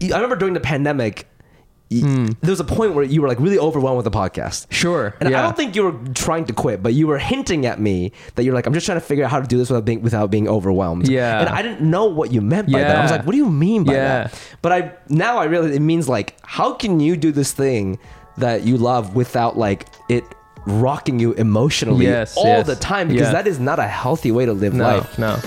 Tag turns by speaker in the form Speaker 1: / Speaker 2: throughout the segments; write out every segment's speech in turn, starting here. Speaker 1: you- I remember during the pandemic, y there was a point where you were like really overwhelmed with the podcast.
Speaker 2: Hmm. Sure,
Speaker 1: And I
Speaker 2: yeah.
Speaker 1: don't think you were trying to quit, but you were hinting at me that you're like, I'm just trying to figure out how to do this without being without being overwhelmed.
Speaker 2: Yeah.
Speaker 1: And I didn't know what you meant by that. I was
Speaker 2: Yeah.
Speaker 1: like, what do you mean by
Speaker 2: Yeah.
Speaker 1: that? But I now I realize it means like, how can you do this thing that you love without like it rocking you emotionally
Speaker 2: Yes,
Speaker 1: all
Speaker 2: yes,
Speaker 1: the time? Because
Speaker 2: yeah.
Speaker 1: that is not a healthy way to live
Speaker 2: No,
Speaker 1: life.
Speaker 2: no.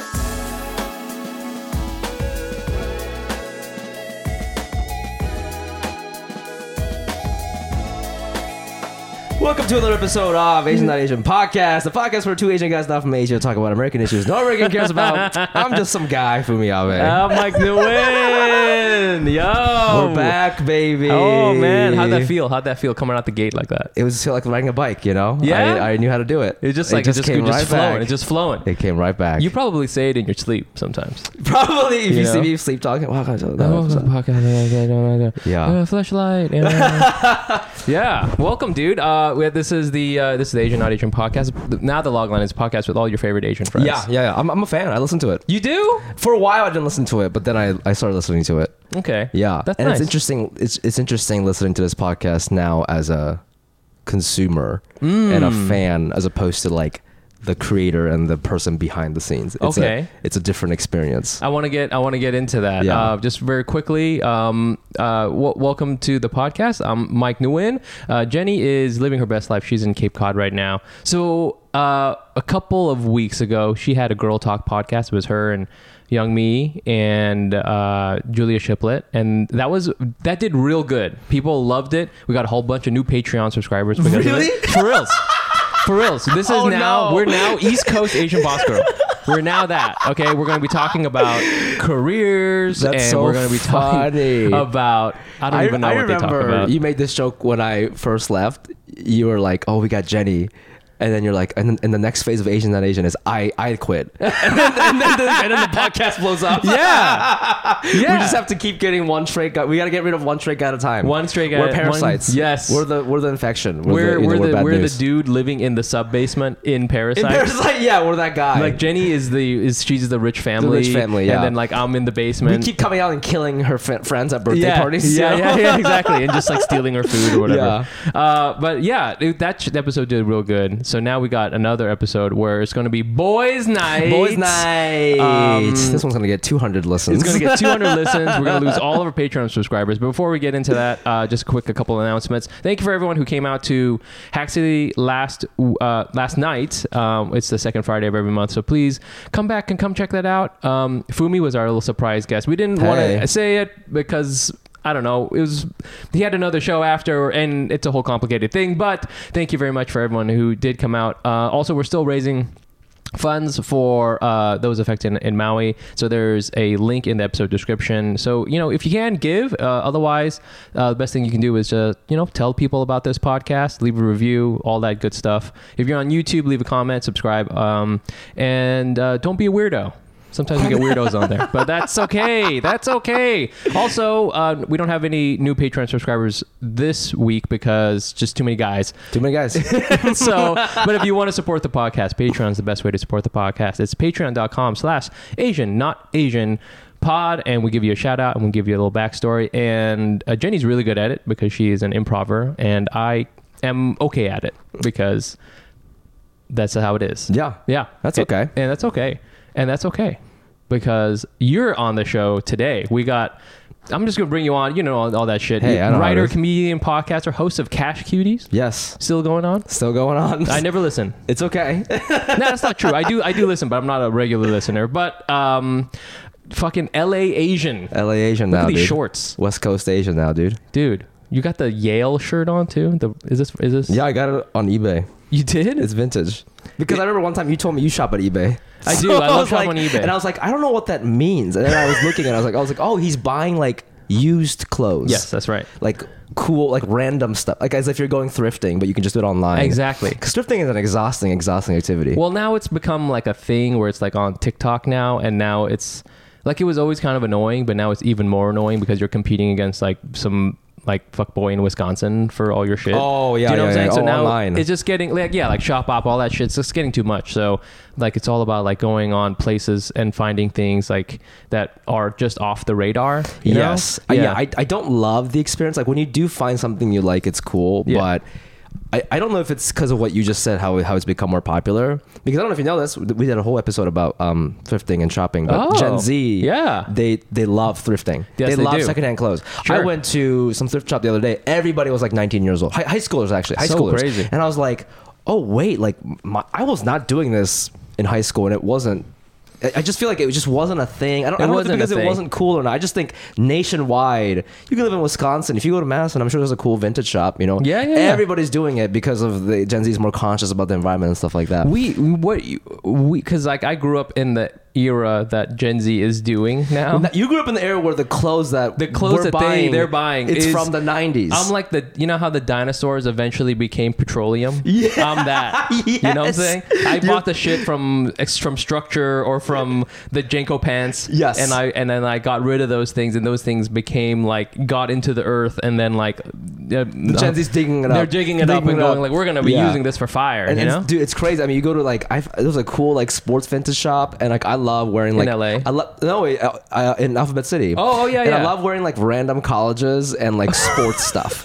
Speaker 1: Welcome to another episode of Asian Not Asian Podcast, the podcast where two Asian guys not from Asia talk about American issues no American cares about. I'm just some guy, Fumiabe.
Speaker 2: I'm Mike Nguyen. Yo.
Speaker 1: We're back, baby.
Speaker 2: Oh, man. How'd that feel? How'd that feel coming out the gate like that?
Speaker 1: It was feel like riding a bike, you know?
Speaker 2: Yeah?
Speaker 1: I, I knew how to do it.
Speaker 2: It was just like, it just, it
Speaker 1: came
Speaker 2: just
Speaker 1: right
Speaker 2: flowing.
Speaker 1: back.
Speaker 2: It's just flowing.
Speaker 1: It came right back.
Speaker 2: You probably say it in your sleep sometimes.
Speaker 1: probably, if you,
Speaker 2: You
Speaker 1: see
Speaker 2: know?
Speaker 1: me sleep talking, wow, God, that was-
Speaker 2: podcast.
Speaker 1: Yeah.
Speaker 2: Uh, flashlight. and- yeah. Welcome, dude. Uh, we- this is the uh, this is the Asian Not Asian podcast. Now the logline is podcast with all your favorite Asian friends.
Speaker 1: yeah, yeah, yeah. I'm, I'm a fan. I listened to it.
Speaker 2: You do?
Speaker 1: For a while, I didn't listen to it, but then I, I started listening to it.
Speaker 2: Okay.
Speaker 1: Yeah,
Speaker 2: That's
Speaker 1: and
Speaker 2: nice.
Speaker 1: it's interesting. It's it's interesting listening to this podcast now as a consumer and
Speaker 2: Mm.
Speaker 1: a fan, as opposed to like the creator and the person behind the scenes. It's
Speaker 2: Okay.
Speaker 1: a, it's a different experience.
Speaker 2: I want to get I want to get into that.
Speaker 1: Yeah.
Speaker 2: Uh, just very quickly. Um, uh, w- welcome to the podcast. I'm Mike Nguyen. Uh, Jenny is living her best life. She's in Cape Cod right now. So uh, a couple of weeks ago, she had a girl talk podcast. It was her and Young Me and uh, Julia Shiplet, and that was that did real good. People loved it. We got a whole bunch of new Patreon subscribers. because of it.
Speaker 1: Really?
Speaker 2: For reals. For real. So this is
Speaker 1: Oh,
Speaker 2: now
Speaker 1: no.
Speaker 2: we're now East Coast Asian Boss Girl. We're now that. Okay, we're going to be talking about careers
Speaker 1: That's
Speaker 2: and
Speaker 1: so
Speaker 2: we're going to be talking
Speaker 1: funny.
Speaker 2: about I don't even know what they talk about.
Speaker 1: you made this joke when I first left. You were like, "Oh, we got Jenny." And then you're like, and, then- and the next phase of Asian not Asian is I I quit, and then, and then, the, and then the podcast blows up.
Speaker 2: yeah. yeah.
Speaker 1: We just have to keep getting one straight guy. We got to get rid of one straight guy at a time.
Speaker 2: One straight guy-
Speaker 1: We're
Speaker 2: one-
Speaker 1: parasites.
Speaker 2: yes.
Speaker 1: We're the we're the infection.
Speaker 2: we're,
Speaker 1: you know,
Speaker 2: we're, the,
Speaker 1: bad
Speaker 2: we're the
Speaker 1: news.
Speaker 2: dude living in the sub basement in Parasite.
Speaker 1: In parasite. Yeah, we're that guy.
Speaker 2: Like Jenny is the is she's the rich family,
Speaker 1: family, yeah.
Speaker 2: and then like I'm in the
Speaker 1: we
Speaker 2: basement.
Speaker 1: keep coming out and killing her fri friends at birthday
Speaker 2: yeah,
Speaker 1: parties.
Speaker 2: Yeah,
Speaker 1: you know?
Speaker 2: yeah, yeah, exactly. And just like stealing her food or whatever. Uh, but yeah, it, that sh- episode did real good. So now we got another episode where it's going to be boys' night.
Speaker 1: Boys night.
Speaker 2: Um,
Speaker 1: this one's gonna get 200 listens.
Speaker 2: It's going to get 200 listens. We're going to lose all of our Patreon subscribers. But before we get into that, uh, just quick a couple announcements. Thank you for everyone who came out to Hack City last uh, last night. Um, it's the second Friday of every month, so please come back and come check that out. Um, Fumi was our little surprise guest. We didn't want
Speaker 1: Hey.
Speaker 2: to say it because. I don't know. It was he had another show after, and it's a whole complicated thing. But thank you very much for everyone who did come out. Uh, also, we're still raising funds for uh, those affected in, in Maui. So there's a link in the episode description. So you know if you can give, uh, otherwise uh, the best thing you can do is just you know tell people about this podcast, leave a review, all that good stuff. If you're on YouTube, leave a comment, subscribe, um, and uh, don't be a weirdo. Sometimes we get weirdos on there, but that's okay. That's okay. Also, uh, we don't have any new Patreon subscribers this week because just too many guys
Speaker 1: Too many guys.
Speaker 2: so but if you want to support the podcast patreon's the best way to support the podcast it's patreon.com slash asian not asian pod and we give you a shout out and we give you a little backstory and uh, jenny's really good at it because she is an improver and i am okay at it because that's how it is
Speaker 1: yeah.
Speaker 2: yeah
Speaker 1: That's
Speaker 2: A-
Speaker 1: okay.
Speaker 2: and that's okay and that's okay because you're on the show today we got i'm just gonna bring you on you know all, all that shit
Speaker 1: Hey, I know how it
Speaker 2: writer
Speaker 1: is.
Speaker 2: comedian podcaster host of cash cuties
Speaker 1: Yes.
Speaker 2: still going on
Speaker 1: Still going on.
Speaker 2: I never listen.
Speaker 1: It's okay.
Speaker 2: No, that's not true. I do I do listen, but I'm not a regular listener. But um fucking LA Asian. Look
Speaker 1: LA Asian now,
Speaker 2: at these
Speaker 1: dude.
Speaker 2: shorts.
Speaker 1: West Coast Asian now, dude.
Speaker 2: Dude, you got the Yale shirt on too? The is this is this
Speaker 1: Yeah, I got it on eBay.
Speaker 2: You did?
Speaker 1: It's vintage. Because I remember one time you told me you shop at eBay.
Speaker 2: I do. I love
Speaker 1: was
Speaker 2: shop
Speaker 1: like-
Speaker 2: on eBay.
Speaker 1: And I was like, I don't know what that means. And then I was looking and I was like, I was like, oh, he's buying like used clothes.
Speaker 2: yes, that's right.
Speaker 1: Like cool, like random stuff. Like as if you're going thrifting, but you can just do it online.
Speaker 2: Exactly.
Speaker 1: Because thrifting is an exhausting, exhausting activity.
Speaker 2: Well, now it's become like a thing where it's like on TikTok now, and now it's like it was always kind of annoying, but now it's even more annoying because you're competing against like some like fuck boy in Wisconsin for all your shit.
Speaker 1: Oh, yeah,
Speaker 2: Do you know
Speaker 1: yeah,
Speaker 2: what I'm saying?
Speaker 1: yeah.
Speaker 2: So
Speaker 1: Oh,
Speaker 2: now
Speaker 1: online.
Speaker 2: it's just getting like yeah, like shop op, all that shit's just getting too much. So like it's all about like going on places and finding things like that are just off the radar. You
Speaker 1: yes.
Speaker 2: know?
Speaker 1: I- yeah. I, I don't love the experience. Like when you do find something you like, it's cool.
Speaker 2: Yeah.
Speaker 1: But I, I don't know if it's because of what you just said, how, how it's become more popular. Because I don't know if you know this. We did a whole episode about um, thrifting and shopping. But
Speaker 2: Oh,
Speaker 1: Gen Z,
Speaker 2: yeah.
Speaker 1: they, they love thrifting.
Speaker 2: Yes, they
Speaker 1: love
Speaker 2: do.
Speaker 1: secondhand clothes. I
Speaker 2: Sure.
Speaker 1: went to some thrift shop the other day. Everybody was like 19 years old. High, high schoolers, actually. High
Speaker 2: So
Speaker 1: schoolers.
Speaker 2: crazy.
Speaker 1: And I was like, oh, wait, like my, I was not doing this in high school and it wasn't. I I just feel like it just wasn't a thing. I don't, I
Speaker 2: It
Speaker 1: don't know if it's
Speaker 2: wasn't a
Speaker 1: because it
Speaker 2: thing.
Speaker 1: wasn't cool or not. I just think nationwide, you can live in Wisconsin. If you go to Madison, I'm sure there's a cool vintage shop. You know,
Speaker 2: Yeah, yeah, yeah.
Speaker 1: everybody's doing it because of the Gen Z is more conscious about the environment and stuff like that.
Speaker 2: we what you- we because like I grew up in the era that Gen Z is doing now.
Speaker 1: Now, you grew up in the era where the clothes that
Speaker 2: The clothes
Speaker 1: we're
Speaker 2: that they-
Speaker 1: buying,
Speaker 2: they're buying
Speaker 1: it's
Speaker 2: is-
Speaker 1: from the 90s.
Speaker 2: I'm like the you know how the dinosaurs eventually became petroleum. Yeah, I'm that. You know what I'm
Speaker 1: Yes.
Speaker 2: saying? I bought the shit from ex- from Structure or from the Jenko pants.
Speaker 1: Yes.
Speaker 2: and I and then I got rid of those things, and those things became like got into the earth, and then like uh, the
Speaker 1: Gen Z's digging it
Speaker 2: They're
Speaker 1: up.
Speaker 2: digging it up
Speaker 1: Digging
Speaker 2: and
Speaker 1: it
Speaker 2: going
Speaker 1: up.
Speaker 2: like we're gonna be
Speaker 1: Yeah.
Speaker 2: using this for fire.
Speaker 1: and
Speaker 2: you
Speaker 1: it's,
Speaker 2: know?
Speaker 1: dude, it's crazy. I mean, you go to like I there was a cool like sports vintage shop, and like I love wearing like
Speaker 2: LA?
Speaker 1: I love no wait, uh, uh, in Alphabet City.
Speaker 2: Oh, oh, yeah,
Speaker 1: and I
Speaker 2: yeah.
Speaker 1: love wearing like random colleges and like sports stuff,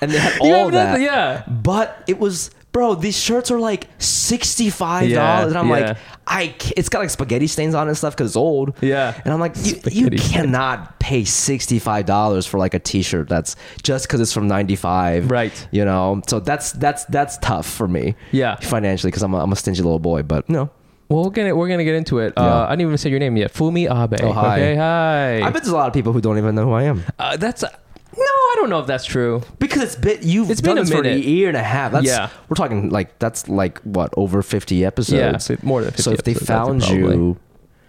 Speaker 1: and they had
Speaker 2: You
Speaker 1: all
Speaker 2: have that-
Speaker 1: that.
Speaker 2: yeah.
Speaker 1: but it was. Bro, these shirts are like sixty five dollars,
Speaker 2: Yeah,
Speaker 1: and I'm
Speaker 2: yeah.
Speaker 1: like, I ca- it's got like spaghetti stains on it and stuff because it's old.
Speaker 2: Yeah.
Speaker 1: and I'm like, you, you
Speaker 2: Spaghetti stains.
Speaker 1: cannot pay sixty five dollars for like a T-shirt that's just because it's from ninety five,
Speaker 2: Right.
Speaker 1: you know so that's that's that's tough for me
Speaker 2: Yeah.
Speaker 1: financially because I'm a, I'm a stingy little boy but no
Speaker 2: well, we're gonna we're gonna get into it.
Speaker 1: Yeah.
Speaker 2: Uh, I didn't even say your name yet. Fumi Abe.
Speaker 1: Oh, hi.
Speaker 2: Okay, hi.
Speaker 1: i bet there's a lot of people who don't even know who i am
Speaker 2: uh, that's uh, no, I don't know if that's true.
Speaker 1: because it's been you've
Speaker 2: It's
Speaker 1: done
Speaker 2: been a
Speaker 1: this for a
Speaker 2: minute.
Speaker 1: year and a half that's
Speaker 2: Yeah.
Speaker 1: we're talking like that's like what over 50 episodes
Speaker 2: Yeah, more than 50
Speaker 1: so if they
Speaker 2: episodes, I think,
Speaker 1: found you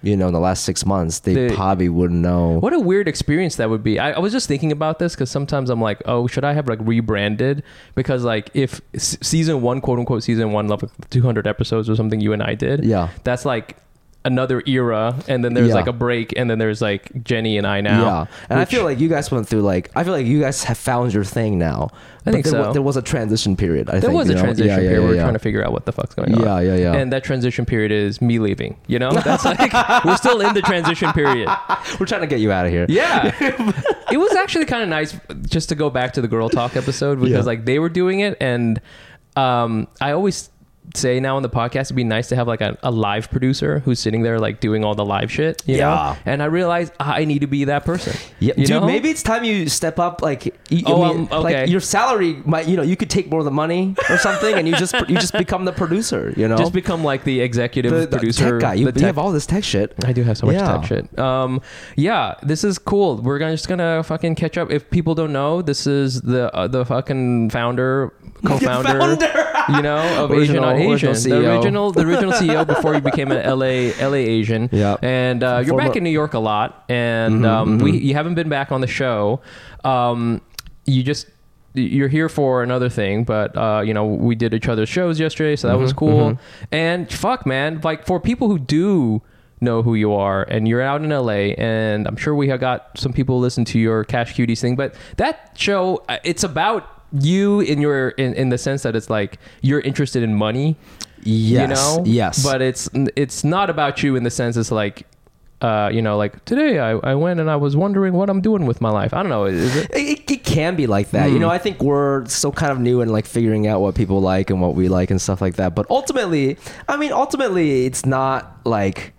Speaker 1: you know in the last six months they,
Speaker 2: They-
Speaker 1: probably wouldn't know
Speaker 2: What a weird experience that would be. I, I was just thinking about this because sometimes I'm like, oh, should I have like rebranded? Because like if s- season one, quote unquote, season one, like 200 episodes or something you and I did,
Speaker 1: Yeah.
Speaker 2: that's like another era, and then there's
Speaker 1: Yeah.
Speaker 2: like a break, and then there's like Jenny and I now.
Speaker 1: yeah, and I feel like you guys went through like I feel like you guys have found your thing now.
Speaker 2: I think
Speaker 1: there, wa-
Speaker 2: so.
Speaker 1: there was a transition period. I
Speaker 2: there
Speaker 1: think,
Speaker 2: was
Speaker 1: you
Speaker 2: a
Speaker 1: know?
Speaker 2: transition
Speaker 1: Yeah, yeah,
Speaker 2: period.
Speaker 1: yeah,
Speaker 2: we We're
Speaker 1: yeah.
Speaker 2: trying to figure out what the fuck's going on.
Speaker 1: Yeah, yeah, yeah.
Speaker 2: And that transition period is me leaving. You know, that's like we're still in the transition period.
Speaker 1: We're trying to get you out of here.
Speaker 2: Yeah. it was actually kind of nice just to go back to the girl talk episode because
Speaker 1: Yeah.
Speaker 2: like they were doing it and um I always say now on the podcast it'd be nice to have like a, a live producer who's sitting there like doing all the live shit you
Speaker 1: Yeah.
Speaker 2: know and i realized i need to be that person
Speaker 1: Yeah,
Speaker 2: you
Speaker 1: dude.
Speaker 2: know?
Speaker 1: Maybe it's time you step up. Like, you,
Speaker 2: Oh,
Speaker 1: I mean,
Speaker 2: um,
Speaker 1: like
Speaker 2: okay.
Speaker 1: your salary might, you know, you could take more of the money or something, and you just you just become the producer. You know,
Speaker 2: just become like the executive
Speaker 1: the, the
Speaker 2: producer
Speaker 1: tech guy. You,
Speaker 2: the
Speaker 1: you
Speaker 2: tech
Speaker 1: have all this tech shit.
Speaker 2: I do have so much
Speaker 1: Yeah.
Speaker 2: tech shit. Um, yeah, this is cool. We're gonna just gonna fucking catch up. If people don't know, this is the uh, the fucking founder, co-founder, you know, of Asian
Speaker 1: Original- E
Speaker 2: on Asian,
Speaker 1: original
Speaker 2: the
Speaker 1: CEO.
Speaker 2: original the original CEO before you became an LA LA Asian.
Speaker 1: Yeah.
Speaker 2: and uh, you're
Speaker 1: Former-
Speaker 2: back in New York a lot, and um, we you haven't been back on the show. Um, you just you're here for another thing, but uh, you know we did each other's shows yesterday, so that was cool. And fuck, man, like for people who do know who you are, and you're out in LA, and I'm sure we have got some people listen to your Cash Cuties thing, but that show uh, it's about you in your in, in the sense that it's like you're interested in money
Speaker 1: Yes,
Speaker 2: you know
Speaker 1: yes.
Speaker 2: but it's it's not about you in the sense it's like uh you know like today i, I went and i was wondering what i'm doing with my life i don't know is it
Speaker 1: It, it- it can be like that. You know, I think we're still kind of new in like figuring out what people like and what we like and stuff like that. But ultimately, I mean, ultimately, it's not like.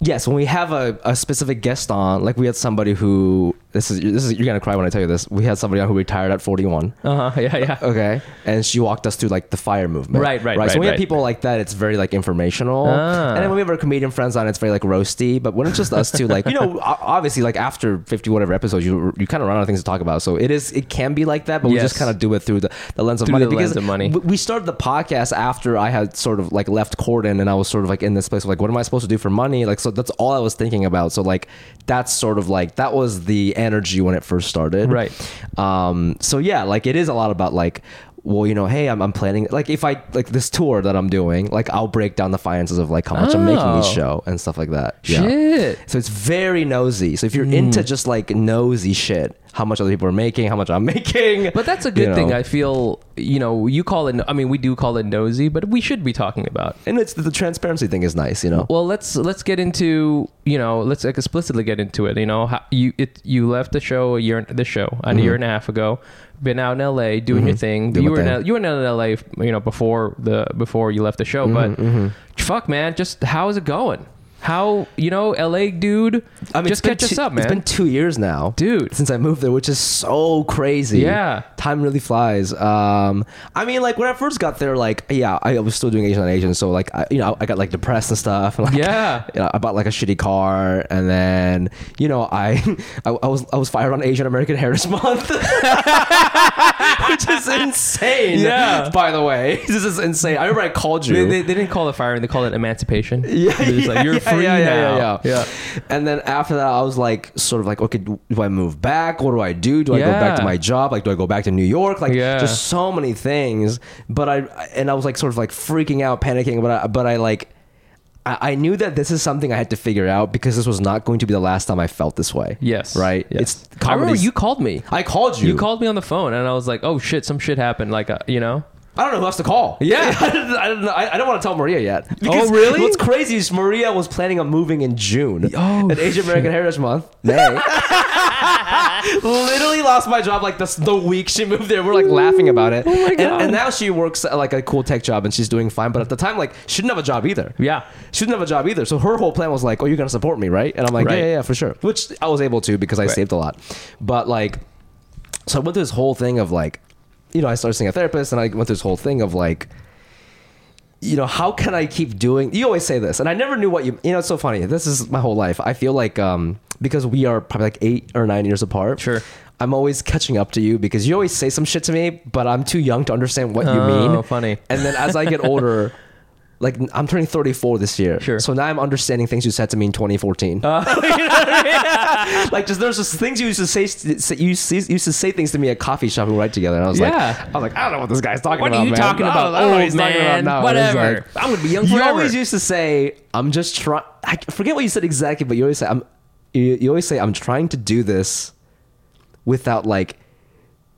Speaker 1: Yes, when we have a, a specific guest on, like we had somebody who this is this is you're gonna cry when I tell you this. We had somebody on who retired at 41.
Speaker 2: uh-huh yeah yeah
Speaker 1: Okay. And she walked us through like the fire movement.
Speaker 2: Right, right,
Speaker 1: So
Speaker 2: right,
Speaker 1: when we have
Speaker 2: right.
Speaker 1: people like that, it's very like informational.
Speaker 2: Ah.
Speaker 1: And then when we have our comedian friends on, it's very like roasty. But when it's just us two, like, you know, o- obviously like after 50 whatever episodes, you you kind of run out of things to talk about. So it is, it can be like that, but we
Speaker 2: Yes.
Speaker 1: just kind of do it through the, the lens of
Speaker 2: Through
Speaker 1: money.
Speaker 2: the lens of money.
Speaker 1: w- We started the podcast after I had sort of like left Corden and I was sort of like in this place of like, what am I supposed to do for money? Like, so that's all I was thinking about. So like, that's sort of like, that was the energy when it first started.
Speaker 2: Right.
Speaker 1: Um, so yeah, like it is a lot about like, well, you know, hey, I'm, I'm planning like if I like this tour that I'm doing, like I'll break down the finances of like how much I'm making
Speaker 2: Oh.
Speaker 1: each show and stuff like that. Yeah.
Speaker 2: shit Mm.
Speaker 1: So it's very nosy. So if you're into just like nosy shit, how much other people are making, how much I'm making.
Speaker 2: But that's a good
Speaker 1: you
Speaker 2: thing.
Speaker 1: know.
Speaker 2: I feel you know you call it. I mean, we do call it nosy, but we should be talking about.
Speaker 1: and it's the transparency thing is nice, you know.
Speaker 2: Well, let's let's get into you know let's like explicitly get into it. You know, how, you it you left the show a year the show a year and a half ago. Been out in L.A. doing your thing.
Speaker 1: Mm-hmm. Doing
Speaker 2: you
Speaker 1: my
Speaker 2: were in
Speaker 1: thing.
Speaker 2: L- you were in L.A. You know before the before you left the show,
Speaker 1: Mm-hmm,
Speaker 2: but fuck man, just how is it going? How you know L.A. dude? just
Speaker 1: it's been
Speaker 2: catch us
Speaker 1: two-
Speaker 2: up, man.
Speaker 1: It's been two years now,
Speaker 2: Dude.
Speaker 1: since I moved there, which is so crazy.
Speaker 2: Yeah.
Speaker 1: time really flies. Um, I mean, like when I first got there, like yeah, I was still doing Asian on Asian, so like I, you know, I got like depressed and stuff. Like,
Speaker 2: Yeah.
Speaker 1: you know, I bought like a shitty car, and then you know, I I, I was I was fired on Asian American Heritage Month, which is insane.
Speaker 2: Yeah.
Speaker 1: by the way, this is insane. I remember I called you.
Speaker 2: They, they, they didn't call it firing; they called it emancipation.
Speaker 1: Yeah,
Speaker 2: They're just like,
Speaker 1: yeah,
Speaker 2: you're
Speaker 1: yeah,
Speaker 2: free
Speaker 1: yeah,
Speaker 2: now.
Speaker 1: Yeah, yeah, yeah. And then after that, I was like, sort of like, okay, do do I move back? What do I do? Do I go back to
Speaker 2: Yeah.
Speaker 1: my job? Like, do I go back to New York? Like,
Speaker 2: Yeah.
Speaker 1: just so many things. But I and I was like, sort of like freaking out, panicking. But I, but I like. I I knew that this is something I had to figure out because this was not going to be the last time I felt this way.
Speaker 2: Yes.
Speaker 1: Right?
Speaker 2: Yes.
Speaker 1: It's
Speaker 2: I remember
Speaker 1: comedy's-
Speaker 2: you called me.
Speaker 1: I called you.
Speaker 2: You called me on the phone, and I was like, "Oh shit, some shit happened." Like, uh, you know,
Speaker 1: I don't know who else to call.
Speaker 2: Yeah. Oh,
Speaker 1: I don't, I don't, know. I, I don't want to tell Maria yet. Because
Speaker 2: really?
Speaker 1: What's crazy is Maria was planning on moving in June.
Speaker 2: Oh,
Speaker 1: at Asian American Heritage Month. May. Literally lost my job like the, the week she moved there. We're like laughing about it.
Speaker 2: Oh my
Speaker 1: And-
Speaker 2: God.
Speaker 1: and now she works at like a cool tech job and she's doing fine. But at the time, like she didn't have a job either.
Speaker 2: yeah,
Speaker 1: She didn't have a job either. So her whole plan was like, oh, you're going to support me, right? And I'm like,
Speaker 2: Right.
Speaker 1: yeah, yeah, yeah, for sure. Which I was able to because I
Speaker 2: Right.
Speaker 1: saved a lot. But like, so I went through this whole thing of like, you know, I started seeing a therapist and I went through this whole thing of like, you know, how can I keep doing? You always say this, and I never knew what you. You know, it's so funny. This is my whole life. I feel like um, because we are probably like eight or nine years apart.
Speaker 2: Sure.
Speaker 1: I'm always catching up to you because you always say some shit to me, but I'm too young to understand what you
Speaker 2: Oh,
Speaker 1: mean.
Speaker 2: funny.
Speaker 1: And then as I get older, like I'm turning 34 this year.
Speaker 2: Sure. Oh.
Speaker 1: So now I'm understanding things you said to me in 2014. like just there's just things you used to say. say- You used to- you used to say things to me at coffee shop. and We were right together, and I was
Speaker 2: Yeah.
Speaker 1: like, I was like, I don't know what this guy's talking
Speaker 2: What are
Speaker 1: about.
Speaker 2: you
Speaker 1: man.
Speaker 2: talking
Speaker 1: I don't-
Speaker 2: about,
Speaker 1: I don't know what
Speaker 2: old
Speaker 1: he's talking
Speaker 2: man?
Speaker 1: about now. And it's
Speaker 2: Whatever. I'm gonna be young
Speaker 1: You
Speaker 2: forever.
Speaker 1: always used to say, I'm just trying. I forget what you said exactly, but you always say, I'm. You, you always say, I'm trying to do this without like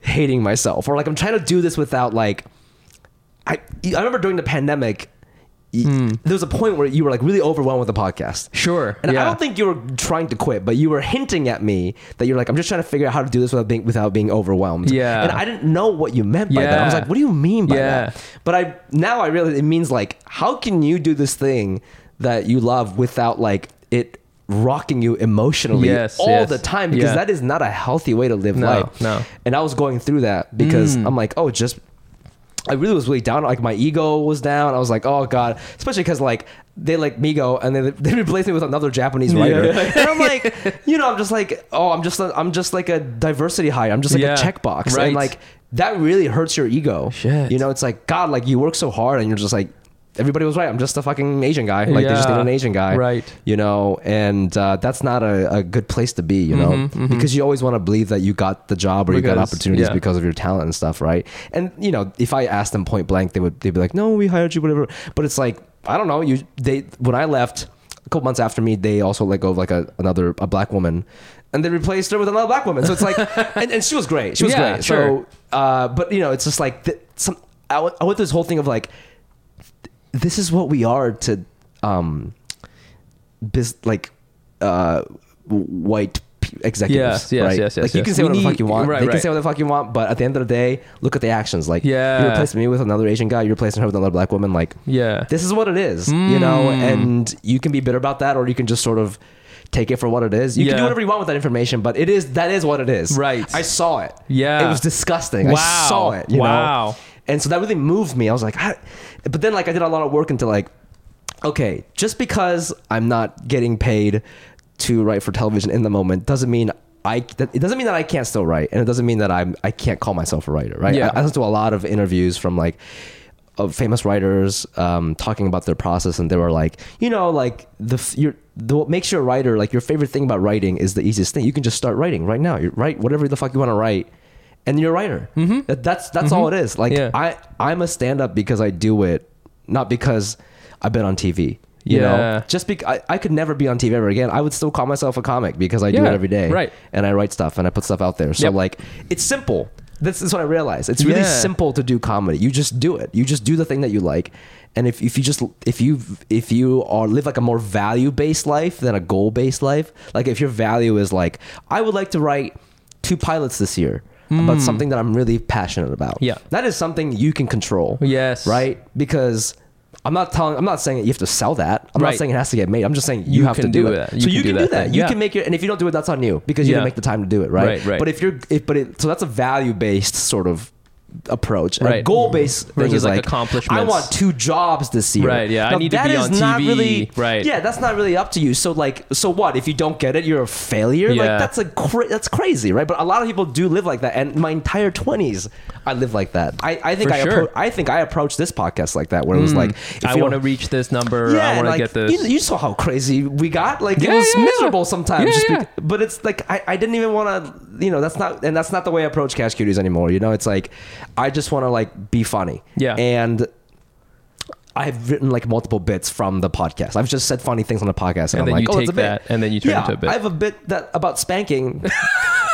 Speaker 1: hating myself or like i'm trying to do this without like i i remember during the pandemic y- there was a point where you were like really overwhelmed with the podcast
Speaker 2: Hmm. sure.
Speaker 1: and
Speaker 2: yeah.
Speaker 1: i don't think you were trying to quit but you were hinting at me that you're like i'm just trying to figure out how to do this without being without being overwhelmed
Speaker 2: Yeah.
Speaker 1: and i didn't know what you meant by that i was
Speaker 2: Yeah.
Speaker 1: like what do you mean by
Speaker 2: Yeah.
Speaker 1: that but i now i realize it means like how can you do this thing that you love without like it rocking you emotionally
Speaker 2: Yes,
Speaker 1: all
Speaker 2: yes.
Speaker 1: the time because
Speaker 2: Yeah.
Speaker 1: that is not a healthy way to live
Speaker 2: No,
Speaker 1: life
Speaker 2: no.
Speaker 1: and I was going through that because
Speaker 2: Mm.
Speaker 1: I'm like, oh, just I really was really down. Like my ego was down. I was like, oh god, especially because like they like me go and then they replaced me with another Japanese writer, and I'm like, you know, I'm just like, oh, I'm just a, I'm just like a diversity hire. I'm just like
Speaker 2: Yeah,
Speaker 1: a checkbox,
Speaker 2: right.
Speaker 1: and like that really hurts your ego.
Speaker 2: Shit.
Speaker 1: You know, it's like God, like you work so hard and you're just like. Everybody was right. I'm just a fucking Asian guy. Like they just
Speaker 2: Yeah,
Speaker 1: need an Asian guy,
Speaker 2: right.
Speaker 1: You know, and uh, that's not a, a good place to be. You know, because you always want to believe that you got the job or you got
Speaker 2: Mm-hmm, Because-
Speaker 1: opportunities
Speaker 2: yeah.
Speaker 1: because of your talent and stuff, right? And you know, if I asked them point blank, they would they'd be like, "No, we hired you, whatever." But it's like I don't know. You they when I left a couple months after me, they also let go of like a, another a black woman, and they replaced her with another black woman. So it's like, and, and she was great. She was
Speaker 2: Yeah,
Speaker 1: great.
Speaker 2: sure.
Speaker 1: So, uh, but you know, it's just like th- some. I went, I went through this whole thing of like, this is what we are to um biz like uh w- white p- executives
Speaker 2: Yes, yes,
Speaker 1: right?
Speaker 2: yes, yes,
Speaker 1: like you
Speaker 2: yes.
Speaker 1: can say
Speaker 2: We
Speaker 1: whatever the
Speaker 2: need-
Speaker 1: fuck you want
Speaker 2: right,
Speaker 1: they can
Speaker 2: right.
Speaker 1: say whatever the fuck you want but at the end of the day look at the actions like
Speaker 2: Yeah.
Speaker 1: you replaced me with another asian guy you replaced her with another black woman like
Speaker 2: yeah.
Speaker 1: this is what it is you know
Speaker 2: Hmm.
Speaker 1: and you can be bitter about that or you can just sort of take it for what it is you can do
Speaker 2: Yeah.
Speaker 1: whatever you want with that information but it is that is what it is
Speaker 2: Right.
Speaker 1: i saw it
Speaker 2: Yeah.
Speaker 1: it was disgusting
Speaker 2: Wow.
Speaker 1: i saw it you know
Speaker 2: Wow.
Speaker 1: and so that really moved me. I was like, I, but then like I did a lot of work into like, okay, just because I'm not getting paid to write for television in the moment doesn't mean I. that- It doesn't mean that I can't still write, and it doesn't mean that I'm I can't call myself a writer, right?
Speaker 2: Yeah.
Speaker 1: I, I listened to a lot of interviews from like. Of famous writers um, talking about their process, and they were like, you know, like the f- your the what makes you a writer, like your favorite thing about writing is the easiest thing. You can just start writing right now. You write whatever the fuck you want to write, and you're a writer. That, that's that's all it is. Like
Speaker 2: Yeah.
Speaker 1: I I'm a stand up because I do it, not because I've been on TV You
Speaker 2: Yeah.
Speaker 1: know, just because I, I could never be on TV ever again, I would still call myself a comic because I do
Speaker 2: Yeah,
Speaker 1: it every day.
Speaker 2: right.
Speaker 1: And I write stuff and I put stuff out there. So,
Speaker 2: Yep.
Speaker 1: like, it's simple. This is what I realized. It's really
Speaker 2: Yeah.
Speaker 1: simple to do comedy. You just do it. You just do the thing that you like. And if, if you just if you if you are live like a more value based life than a goal based life, like if your value is like I would like to write two pilots this year about something that I'm really passionate about.
Speaker 2: Hmm. Yeah.
Speaker 1: that is something you can control
Speaker 2: Yes.
Speaker 1: right? Because I'm not telling. I'm not saying that you have to sell that. I'm
Speaker 2: Right.
Speaker 1: not saying it has to get made. I'm just saying you,
Speaker 2: You
Speaker 1: have to
Speaker 2: can
Speaker 1: do,
Speaker 2: do
Speaker 1: it.
Speaker 2: that. You
Speaker 1: So
Speaker 2: can
Speaker 1: you
Speaker 2: do
Speaker 1: can
Speaker 2: that
Speaker 1: do that.
Speaker 2: thing.
Speaker 1: You
Speaker 2: Yeah.
Speaker 1: can make your, and if you don't do it, that's on you because you
Speaker 2: Yeah.
Speaker 1: didn't make the time to do it, right?
Speaker 2: Right, right.
Speaker 1: But if you're, if, but it, so that's a value based sort of approach. And
Speaker 2: Right. Mm-hmm.
Speaker 1: A goal based thing
Speaker 2: Versus,
Speaker 1: is
Speaker 2: like,
Speaker 1: like,
Speaker 2: accomplishments.
Speaker 1: I want two jobs this year.
Speaker 2: Right, yeah, I
Speaker 1: Now,
Speaker 2: need to
Speaker 1: that
Speaker 2: be
Speaker 1: is
Speaker 2: on
Speaker 1: not
Speaker 2: TV.
Speaker 1: Really,
Speaker 2: Right.
Speaker 1: Yeah. That's not really up to you. So like, so what if you don't get it? You're a failure.
Speaker 2: Yeah.
Speaker 1: Like that's a cra- that's crazy, right? But a lot of people do live like that. And my entire twenties, I lived like that. I, I think
Speaker 2: For
Speaker 1: I
Speaker 2: sure. Mm,
Speaker 1: approach. I think I approached this podcast like that, where it was like, if
Speaker 2: I
Speaker 1: you
Speaker 2: want to
Speaker 1: don't-
Speaker 2: reach this number. I
Speaker 1: and,
Speaker 2: want to
Speaker 1: like,
Speaker 2: get this.
Speaker 1: You, you saw how crazy we got. Like
Speaker 2: Yeah,
Speaker 1: it was
Speaker 2: yeah, yeah.
Speaker 1: miserable sometimes.
Speaker 2: Yeah,
Speaker 1: just
Speaker 2: yeah.
Speaker 1: bec- but it's like I, I didn't even want to. You know, that's not and that's not the way I approach cash cuties anymore. You know, it's like I just want to like be funny.
Speaker 2: Yeah.
Speaker 1: and. I've written like multiple bits from the podcast. I've just said funny things on the podcast, and,
Speaker 2: And
Speaker 1: I'm
Speaker 2: then
Speaker 1: like,
Speaker 2: you
Speaker 1: "Oh,
Speaker 2: take
Speaker 1: it's a bit."
Speaker 2: that, and then you turn it
Speaker 1: yeah,
Speaker 2: into a bit.
Speaker 1: I have a bit that about spanking.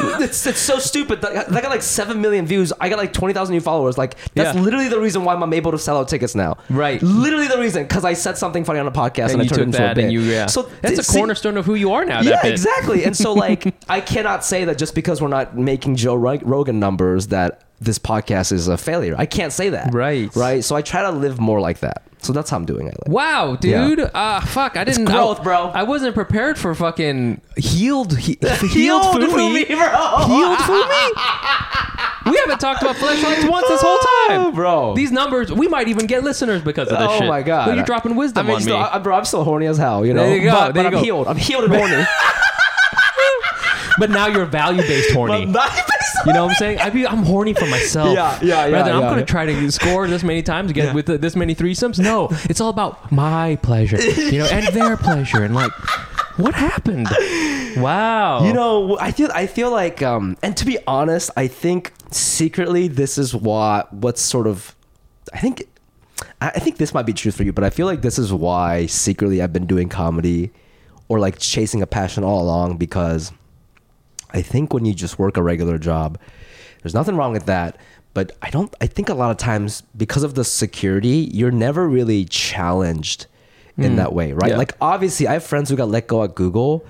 Speaker 1: it's, it's so stupid. That that got like seven million views. I got like twenty thousand new followers. Like that's
Speaker 2: Yeah.
Speaker 1: literally the reason why I'm able to sell out tickets now.
Speaker 2: Right.
Speaker 1: Literally the reason because I said something funny on a podcast and,
Speaker 2: and
Speaker 1: I
Speaker 2: you
Speaker 1: turned it
Speaker 2: took
Speaker 1: into a
Speaker 2: that
Speaker 1: bit.
Speaker 2: and you yeah.
Speaker 1: So
Speaker 2: that's
Speaker 1: th-
Speaker 2: a
Speaker 1: see-
Speaker 2: cornerstone of who you are now.
Speaker 1: Yeah,
Speaker 2: that bit.
Speaker 1: exactly. And so like I cannot say that just because we're not making Joe Rog- Rogan numbers that this podcast is a failure. I can't say that.
Speaker 2: Right.
Speaker 1: Right. So I try to live more like that. So that's how I'm doing it.
Speaker 2: Wow,
Speaker 1: Yeah.
Speaker 2: dude. Ah, fuck. I didn't.
Speaker 1: growth,
Speaker 2: I,
Speaker 1: bro.
Speaker 2: I wasn't prepared for fucking healed. He, healed,
Speaker 1: Fumi,
Speaker 2: Fumi.
Speaker 1: bro.
Speaker 2: Healed Fumi. we haven't talked about flashlights once this whole time,
Speaker 1: Oh, Bro.
Speaker 2: These numbers, we might even get listeners because of this
Speaker 1: oh
Speaker 2: shit.
Speaker 1: my god!
Speaker 2: Look, you're dropping wisdom
Speaker 1: I mean,
Speaker 2: on
Speaker 1: still,
Speaker 2: me.
Speaker 1: I, bro, I'm still horny as hell. You know,
Speaker 2: There you go,
Speaker 1: But, but
Speaker 2: there you
Speaker 1: I'm
Speaker 2: go.
Speaker 1: healed. I'm healed and horny.
Speaker 2: but now you're value based horny. You know what I'm saying? I be, I'm horny for myself.
Speaker 1: Yeah, yeah, yeah,
Speaker 2: Rather, I'm
Speaker 1: yeah,
Speaker 2: gonna
Speaker 1: yeah.
Speaker 2: try to score this many times, get with the, this many threesomes. No, it's all about my pleasure, you know, and their pleasure, and like, what happened? Wow.
Speaker 1: You know, I feel I feel like, um, and to be honest, I think secretly this is why what's sort of, I think, I I think this might be true for you, but I feel like this is why secretly I've been doing comedy, or like chasing a passion all along because, I think when you just work a regular job, there's nothing wrong with that. But I don't. I think a lot of times because of the security, you're never really challenged in that way, right?
Speaker 2: Mm. Yeah.
Speaker 1: Like obviously, I have friends who got let go at Google.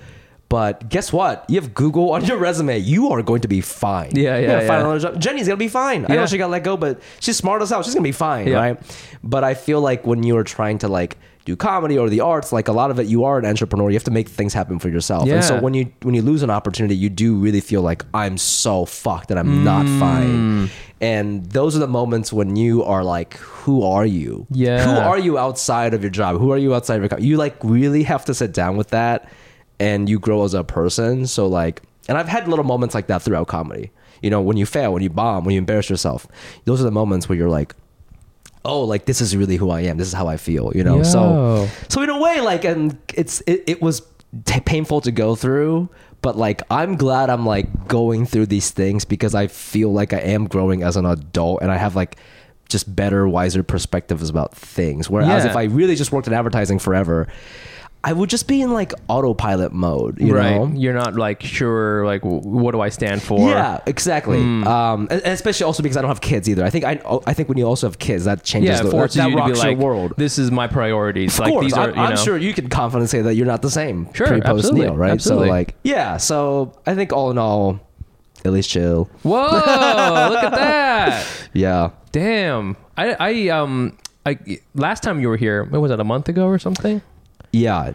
Speaker 1: But guess what? You have Google on your resume. You are going to be fine.
Speaker 2: Yeah,
Speaker 1: You're
Speaker 2: yeah,
Speaker 1: gonna find
Speaker 2: yeah.
Speaker 1: another job. Jenny's gonna be fine. I
Speaker 2: Yeah.
Speaker 1: know she got let go, but she's smart as hell. She's gonna be fine,
Speaker 2: Yeah.
Speaker 1: right? But I feel like when you are trying to like do comedy or the arts, like a lot of it, you are an entrepreneur. You have to make things happen for yourself. And so
Speaker 2: Yeah.
Speaker 1: when you when you lose an opportunity, you do really feel like I'm so fucked and I'm not
Speaker 2: Mm.
Speaker 1: fine. And those are the moments when you are like, who are you?
Speaker 2: Yeah.
Speaker 1: Who are you outside of your job? Who are you outside of your? Co- you like really have to sit down with that, and you grow as a person. So like, and I've had little moments like that throughout comedy. You know, when you fail, when you bomb, when you embarrass yourself, those are the moments where you're like, oh, like this is really who I am. This is how I feel. You know,
Speaker 2: Yo.
Speaker 1: so so in a way, like, and it's it, it was t- painful to go through, but like I'm glad I'm like going through these things because I feel like I am growing as an adult, and I have like just better, wiser perspectives about things. Whereas
Speaker 2: Yeah.
Speaker 1: if I really just worked in advertising forever, I would just be in like autopilot mode. You
Speaker 2: right.
Speaker 1: know,
Speaker 2: You're not like sure, like, w- what do I stand for?
Speaker 1: yeah, exactly.
Speaker 2: Hmm.
Speaker 1: Um, and and especially also because I don't have kids either. I think I, I think when you also have kids, that changes
Speaker 2: Yeah, it
Speaker 1: the
Speaker 2: forces
Speaker 1: that,
Speaker 2: you
Speaker 1: that
Speaker 2: to be
Speaker 1: rocks
Speaker 2: like,
Speaker 1: your world.
Speaker 2: this is my priorities. like,
Speaker 1: course,
Speaker 2: these are,
Speaker 1: I'm,
Speaker 2: you
Speaker 1: I'm
Speaker 2: know,
Speaker 1: sure you can confidently say that you're not the same.
Speaker 2: Sure,
Speaker 1: pre post
Speaker 2: absolutely,
Speaker 1: Neil, right?
Speaker 2: absolutely.
Speaker 1: So like, yeah. So I think all in all, at least chill.
Speaker 2: Whoa, look at that.
Speaker 1: Yeah.
Speaker 2: Damn. I, I, um, I, last time you were here, what was that, a month ago or something?
Speaker 1: Yeah.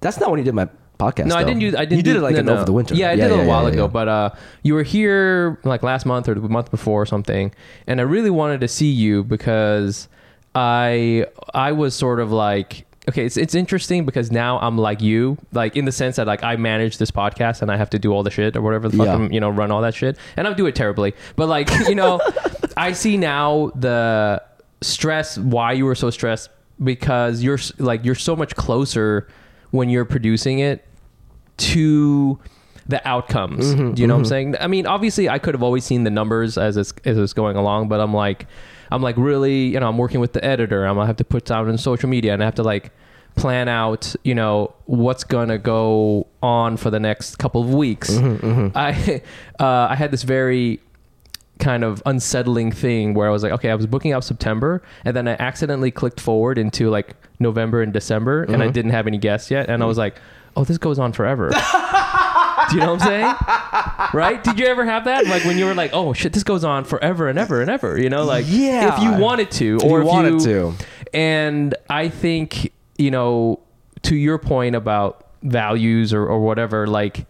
Speaker 1: That's not when you did my podcast.
Speaker 2: No, I
Speaker 1: though.
Speaker 2: didn't use. I didn't.
Speaker 1: You did
Speaker 2: do-
Speaker 1: it like
Speaker 2: no,
Speaker 1: in-
Speaker 2: no.
Speaker 1: over the winter.
Speaker 2: Yeah, I did it a
Speaker 1: yeah,
Speaker 2: while
Speaker 1: yeah,
Speaker 2: ago.
Speaker 1: yeah.
Speaker 2: But uh, you were here like last month or the month before or something, and I really wanted to see you because I I was sort of like. Okay, it's, it's interesting because now I'm like you, like in the sense that like I manage this podcast and I have to do all the shit or whatever the fuck
Speaker 1: Yeah.
Speaker 2: I'm, you know, run all that shit. And I do it terribly. But like, you know, I see now the stress, why you were so stressed because you're s- like, you're so much closer when you're producing it to the outcomes. Do you know what I'm saying? I mean, obviously, I could have always seen the numbers as it's, as it's going along, but I'm like, I'm like really, you know, I'm working with the editor. I'm gonna have to put down in social media, and I have to like plan out, you know, what's gonna go on for the next couple of weeks. I uh, I had this very kind of unsettling thing where I was like, okay, I was booking out September, and then I accidentally clicked forward into like November and December, and I didn't have any guests yet, and I was like, oh, this goes on forever. Do you know what I'm saying? Right? Did you ever have that? Like when you were like, "Oh shit, this goes on forever and ever and ever." You know, like
Speaker 1: Yeah.
Speaker 2: if you wanted to,
Speaker 1: you
Speaker 2: or if
Speaker 1: wanted
Speaker 2: you-
Speaker 1: to.
Speaker 2: And I think you know, to your point about values or, or whatever, like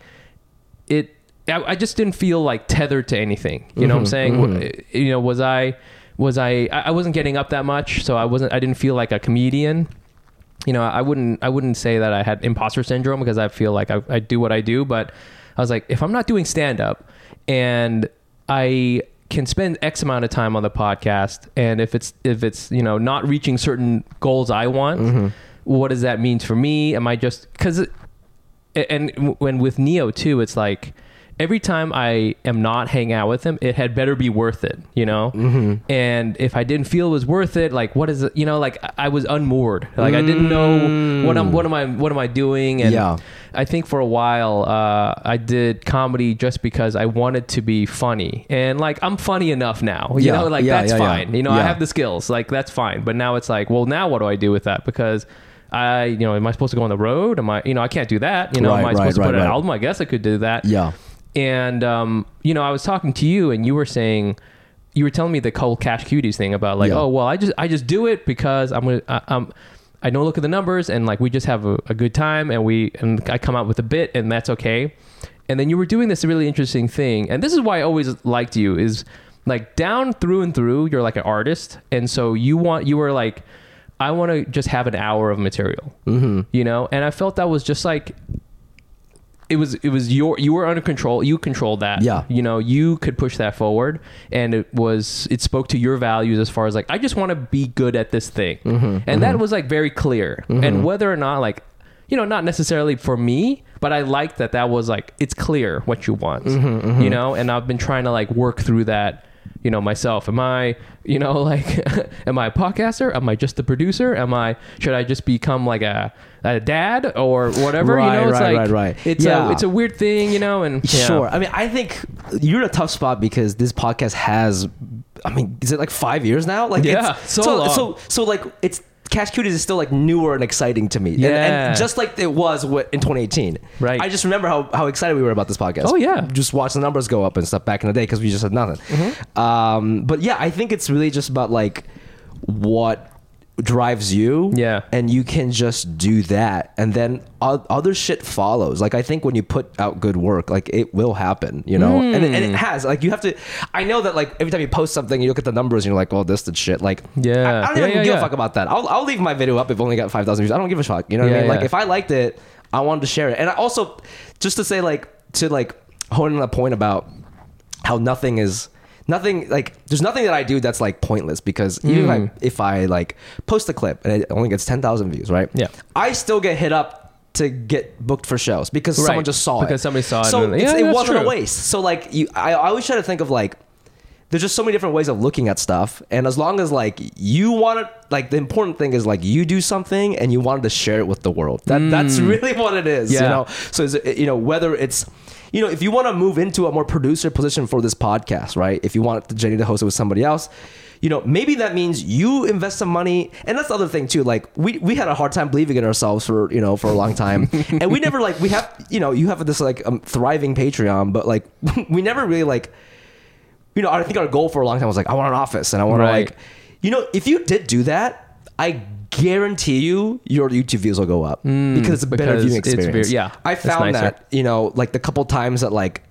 Speaker 2: it I, I just didn't feel like tethered to anything you know what i'm
Speaker 1: Mm-hmm,
Speaker 2: saying W- you know was i was i i I wasn't getting up that much so i wasn't i didn't feel like a comedian you know i wouldn't i wouldn't say that i had imposter syndrome because i feel like i, I do what i do but i was like if i'm not doing stand up and i can spend x amount of time on the podcast and if it's if it's you know not reaching certain goals i want what does that mean for me am i just because a- and w- when with Neo too, it's like every time I am not hanging out with him, it had better be worth it, you know. Mm-hmm. And if I didn't feel it was worth it, like what is it, you know, like I- I was unmoored, like I didn't know what I'm, what am I, what am I doing? And
Speaker 1: Yeah.
Speaker 2: I think for a while uh, I did comedy just because I wanted to be funny, and like I'm funny enough now, you
Speaker 1: Yeah,
Speaker 2: know, like
Speaker 1: yeah,
Speaker 2: that's
Speaker 1: yeah, yeah.
Speaker 2: fine. You know, I
Speaker 1: Yeah.
Speaker 2: have the skills, like that's fine. But now it's like, well, now what do I do with that? Because I, you know, am I supposed to go on the road? Am I, you know, I can't do that. You know, am I
Speaker 1: Right,
Speaker 2: supposed
Speaker 1: right,
Speaker 2: to put
Speaker 1: right,
Speaker 2: an
Speaker 1: right.
Speaker 2: album? I guess I could do that.
Speaker 1: Yeah.
Speaker 2: And um, you know, I was talking to you, and you were saying, you were telling me the whole cash cuties thing about like,
Speaker 1: Yeah.
Speaker 2: oh well, I just I just do it because I'm gonna I, I'm. I don't look at the numbers and like we just have a, a good time and we and I come out with a bit and that's okay. And then you were doing this really interesting thing and this is why I always liked you is like down through and through you're like an artist and so you want you were like I want to just have an hour of material. Mm-hmm. You know, and I felt that was just like it was it was your you were under control you controlled that
Speaker 1: Yeah.
Speaker 2: you know you could push that forward and it was it spoke to your values as far as like i just want to be good at this thing and that was like very clear and whether or not like you know not necessarily for me but i liked that that was like it's clear what you want you know and i've been trying to like work through that you know myself am i you know like am i a podcaster am i just the producer am i should i just become like a, a dad or whatever you
Speaker 1: Right,
Speaker 2: know it's
Speaker 1: right, right,
Speaker 2: like
Speaker 1: right.
Speaker 2: it's
Speaker 1: Yeah.
Speaker 2: a it's a weird thing you know and yeah.
Speaker 1: Sure. I mean, I think you're in a tough spot because this podcast has, I mean, is it like five years now? Like,
Speaker 2: Yeah,
Speaker 1: it's,
Speaker 2: so long.
Speaker 1: so so like it's Cash Cuties is still like newer and exciting to me. And- And,
Speaker 2: Yeah.
Speaker 1: just like it was wi- in 2018.
Speaker 2: Right.
Speaker 1: I just remember how, how excited we were about this podcast.
Speaker 2: Oh, yeah.
Speaker 1: Just watch the numbers go up and stuff back in the day because we just had nothing.
Speaker 2: Mm-hmm.
Speaker 1: Um, but yeah, I think it's really just about like what drives you
Speaker 2: Yeah.
Speaker 1: and you can just do that and then o- other shit follows like i think when you put out good work like it will happen you know and, and
Speaker 2: Hmm.
Speaker 1: it has like you have to i know that like every time you post something you look at the numbers and you're like well this did shit like
Speaker 2: Yeah.
Speaker 1: i, I don't
Speaker 2: Yeah,
Speaker 1: even
Speaker 2: yeah,
Speaker 1: give
Speaker 2: yeah.
Speaker 1: a fuck about that I'll, I'll leave my video up if I've only got 5000 views i don't give a fuck you know what
Speaker 2: Yeah,
Speaker 1: i mean like
Speaker 2: yeah.
Speaker 1: if i liked it i wanted to share it and i also just to say like to like hone in on a point about how nothing is nothing like there's nothing that I do that's like pointless because even if
Speaker 2: Mm.
Speaker 1: I, if I like post a clip and it only gets ten thousand views, right?
Speaker 2: Yeah.
Speaker 1: I still get hit up to get booked for shows because someone
Speaker 2: Right.
Speaker 1: just saw it
Speaker 2: Because somebody saw it
Speaker 1: So
Speaker 2: and-
Speaker 1: it's-
Speaker 2: Yeah,
Speaker 1: it
Speaker 2: that's
Speaker 1: wasn't a
Speaker 2: true.
Speaker 1: waste. So like you, I, I always try to think of like. There's just so many different ways of looking at stuff, and as long as like you want it, like the important thing is like you do something and you wanted to share it with the world. That that's really what it is, you
Speaker 2: Yeah.
Speaker 1: know. So is it, you know whether it's you know if you want to move into a more producer position for this podcast, right? If you want Jenny to host it with somebody else, you know maybe that means you invest some money, and that's the other thing too. Like we we had a hard time believing in ourselves for you know for a long time, and we never like we have you know you have this like um, thriving Patreon, but like we never really like you know I think our goal for a long time was like I want an office and I want
Speaker 2: Right.
Speaker 1: to like you know if you did do that, I. Guarantee you, your YouTube views will go up because it's a better
Speaker 2: because
Speaker 1: viewing
Speaker 2: it's very-
Speaker 1: experience.
Speaker 2: yeah,
Speaker 1: I
Speaker 2: it's
Speaker 1: found
Speaker 2: nicer.
Speaker 1: that you know, like the couple times that like,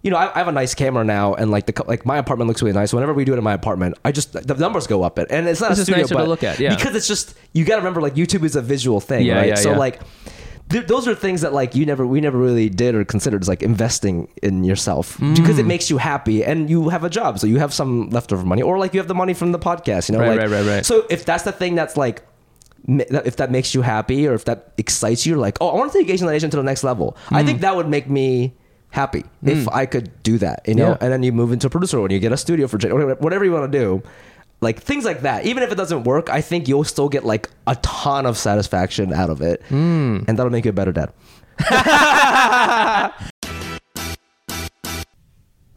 Speaker 1: you know, I, I have a nice camera now, and like the cou- like my apartment looks really nice. Whenever we do it in my apartment, I just the numbers go up, and it's not a
Speaker 2: It's just
Speaker 1: studio,
Speaker 2: nicer to
Speaker 1: but
Speaker 2: look at, yeah.
Speaker 1: because it's just you got to remember like YouTube is a visual thing,
Speaker 2: Yeah,
Speaker 1: right?
Speaker 2: yeah,
Speaker 1: so
Speaker 2: yeah.
Speaker 1: like. Th- those are things that like you never we never really did or considered is like investing in yourself
Speaker 2: Mm.
Speaker 1: because it makes you happy and you have a job so you have some leftover money or like you have the money from the podcast you know
Speaker 2: Right,
Speaker 1: like
Speaker 2: right, right, right.
Speaker 1: so if that's the thing that's like ma- that- if that makes you happy or if that excites you like oh i want to take asian Nation to the next level i think that would make me happy if i could do that you know
Speaker 2: Yeah.
Speaker 1: and then you move into a producer when you get a studio for J- whatever you want to do like things like that. Even if it doesn't work, I think you'll still get like a ton of satisfaction out of it, mm. and that'll make you a better dad.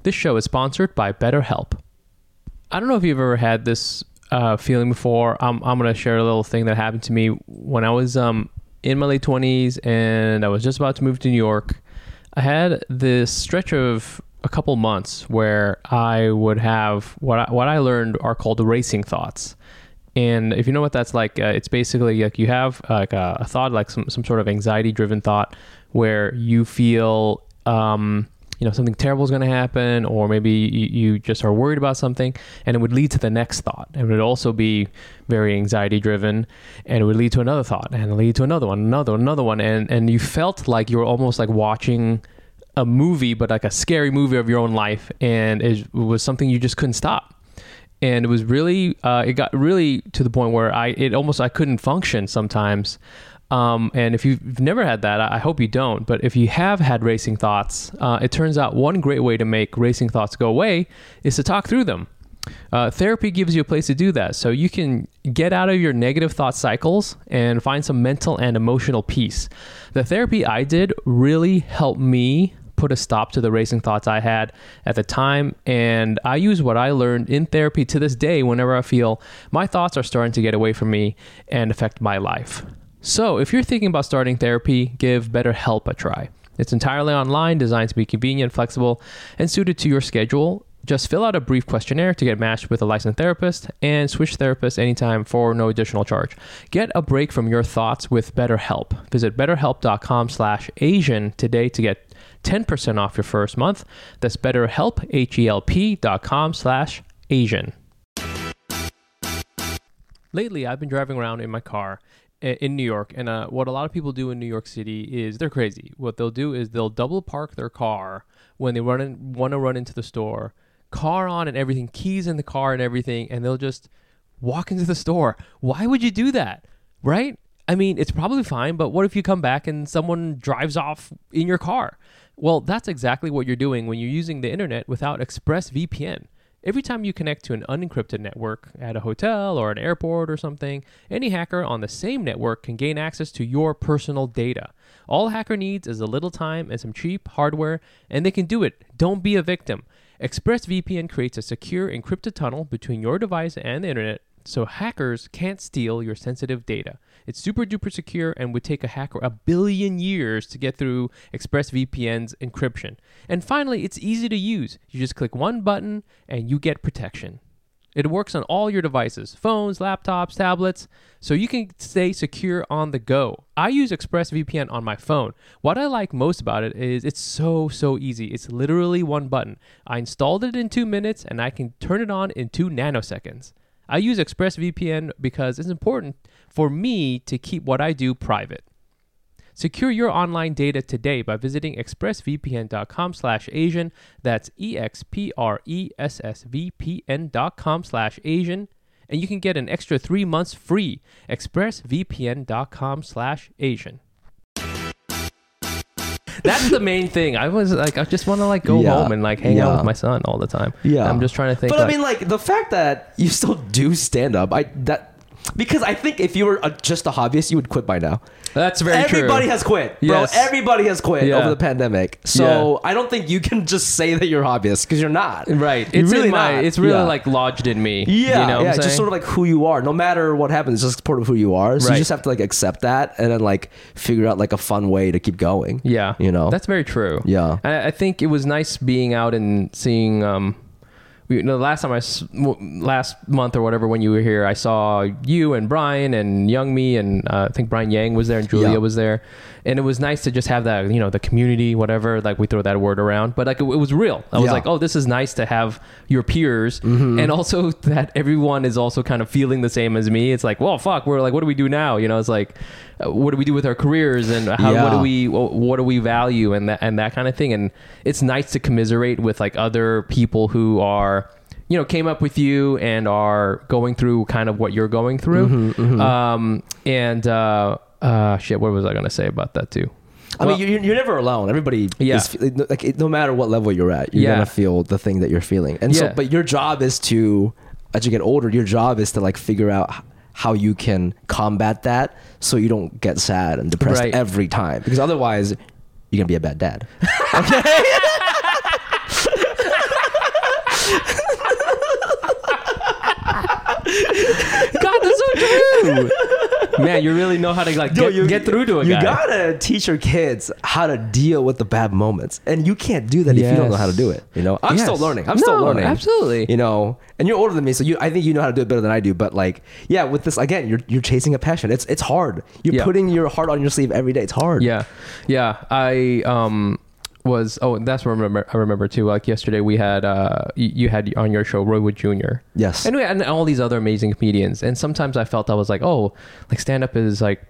Speaker 2: This show is sponsored by BetterHelp. I don't know if you've ever had this uh, feeling before. I'm, I'm going to share a little thing that happened to me when I was um, in my late 20s and I was just about to move to New York. I had this stretch of a couple months where I would have what I, what I learned are called racing thoughts. And if you know what that's like, uh, it's basically like you have uh, like a, a thought, like some, some sort of anxiety driven thought where you feel. Um, you know something terrible is going to happen or maybe you, you, just are worried about something and it would lead to the next thought and it would also be very anxiety driven and it would lead to another thought and lead to another one another another one and and you felt like you were almost like watching a movie but like a scary movie of your own life and it was something you just couldn't stop and it was really uh, it got really to the point where i it almost i couldn't function sometimes um, and if you've never had that, I hope you don't. But if you have had racing thoughts, uh, it turns out one great way to make racing thoughts go away is to talk through them. Uh, therapy gives you a place to do that. So you can get out of your negative thought cycles and find some mental and emotional peace. The therapy I did really helped me put a stop to the racing thoughts I had at the time. And I use what I learned in therapy to this day whenever I feel my thoughts are starting to get away from me and affect my life. So, if you're thinking about starting therapy, give BetterHelp a try. It's entirely online, designed to be convenient, flexible, and suited to your schedule. Just fill out a brief questionnaire to get matched with a licensed therapist and switch therapists anytime for no additional charge. Get a break from your thoughts with BetterHelp. Visit betterhelp.com slash Asian today to get 10% off your first month. That's betterhelp, H-E-L-P dot com slash Asian. Lately, I've been driving around in my car in New York, and uh, what a lot of people do in New York City is they're crazy. What they'll do is they'll double park their car when they run in, want to run into the store, car on and everything, keys in the car and everything, and they'll just walk into the store. Why would you do that, right? I mean, it's probably fine, but what if you come back and someone drives off in your car? Well, that's exactly what you're doing when you're using the internet without ExpressVPN. Every time you connect to an unencrypted network at a hotel or an airport or something, any hacker on the same network can gain access to your personal data. All hacker needs is a little time and some cheap hardware, and they can do it. Don't be a victim. ExpressVPN creates a secure encrypted tunnel between your device and the internet so hackers can't steal your sensitive data. It's super duper secure and would take a hacker a billion years to get through ExpressVPN's encryption. And finally, it's easy to use. You just click one button and you get protection. It works on all your devices phones, laptops, tablets, so you can stay secure on the go. I use ExpressVPN on my phone. What I like most about it is it's so, so easy. It's literally one button. I installed it in two minutes and I can turn it on in two nanoseconds. I use ExpressVPN because it's important for me to keep what I do private. Secure your online data today by visiting expressvpn.com slash Asian. That's E E-X-P-R-E-S-S-V-P-N dot com slash Asian. And you can get an extra three months free. expressvpn.com slash Asian. That's the main thing. I was like, I just want to like go
Speaker 1: Yeah.
Speaker 2: home and like hang out
Speaker 1: Yeah.
Speaker 2: with my son all the time.
Speaker 1: Yeah.
Speaker 2: I'm just trying to think.
Speaker 1: But
Speaker 2: like,
Speaker 1: I mean, like the fact that you still do stand up, I that because I think if you were a, just a hobbyist, you would quit by now.
Speaker 2: that's very true.
Speaker 1: Everybody has quit, bro.
Speaker 2: Yes.
Speaker 1: Everybody has quit
Speaker 2: Yeah.
Speaker 1: over the pandemic. So I don't think you can just say that you're a hobbyist because you're not.
Speaker 2: Right.
Speaker 1: You're
Speaker 2: It's really my.
Speaker 1: not.
Speaker 2: It's really
Speaker 1: Yeah.
Speaker 2: like lodged in me.
Speaker 1: Yeah,
Speaker 2: You know what
Speaker 1: yeah,
Speaker 2: I'm
Speaker 1: it's just
Speaker 2: saying?
Speaker 1: sort of like who you are. No matter what happens, it's just part of who you are. So
Speaker 2: Right.
Speaker 1: you just have to like accept that and then like figure out like a fun way to keep going.
Speaker 2: Yeah.
Speaker 1: you know.
Speaker 2: That's very true.
Speaker 1: Yeah.
Speaker 2: And I, I think it was nice being out and seeing. Um, we, you know, the last time I s- w- last month or whatever when you were here, I saw you and Brian and Young Me and uh, I think Brian Yang was there and Julia
Speaker 1: Yeah.
Speaker 2: was there, and it was nice to just have that you know the community whatever like we throw that word around, but like it, it was real. I
Speaker 1: Yeah.
Speaker 2: was
Speaker 1: Mm-hmm.
Speaker 2: like, oh, this is nice to have your peers, and also that everyone is also kind of feeling the same as me. It's like, well, fuck, we're like, what do we do now? You know, it's like, uh, what do we do with our careers and how, what do
Speaker 1: Yeah.
Speaker 2: we we- wh- what do we value and that and that kind of thing and it's nice to commiserate with like other people who are you know came up with you and are going through kind of what you're going through
Speaker 1: Mm-hmm,
Speaker 2: um and uh uh shit what was i gonna say about that too
Speaker 1: I
Speaker 2: Well-
Speaker 1: mean, you're, you're never alone. Everybody,
Speaker 2: Yeah.
Speaker 1: is, like it- no matter what level you're at, you're
Speaker 2: Yeah.
Speaker 1: gonna feel the thing that you're feeling. And so,
Speaker 2: Yeah.
Speaker 1: but your job is to as you get older, your job is to like figure out h- how you can combat that so you don't get sad and depressed
Speaker 2: Right.
Speaker 1: every time. Because otherwise, you're gonna be a bad dad.
Speaker 2: God, that's so true. Man, you really know how to like get, get through to a
Speaker 1: you
Speaker 2: guy.
Speaker 1: gotta teach your kids how to deal with the bad moments, and you can't do that if you don't know how to do it. You know, I'm still
Speaker 2: Yes.
Speaker 1: learning. I'm
Speaker 2: No,
Speaker 1: still learning.
Speaker 2: absolutely.
Speaker 1: You know, and you're older than me, so you. I think you know how to do it better than I do. But like, yeah, with this again, you're you're chasing a passion. It's it's hard. You're
Speaker 2: Yeah.
Speaker 1: putting your heart on your sleeve every day. It's hard.
Speaker 2: Yeah, yeah. I um was oh that's what I remember I remember too. Like yesterday we had uh y- you had on your show Roy Wood Jr.
Speaker 1: Yes.
Speaker 2: and we had, and all these other amazing comedians. And sometimes I felt I was like oh like stand up is like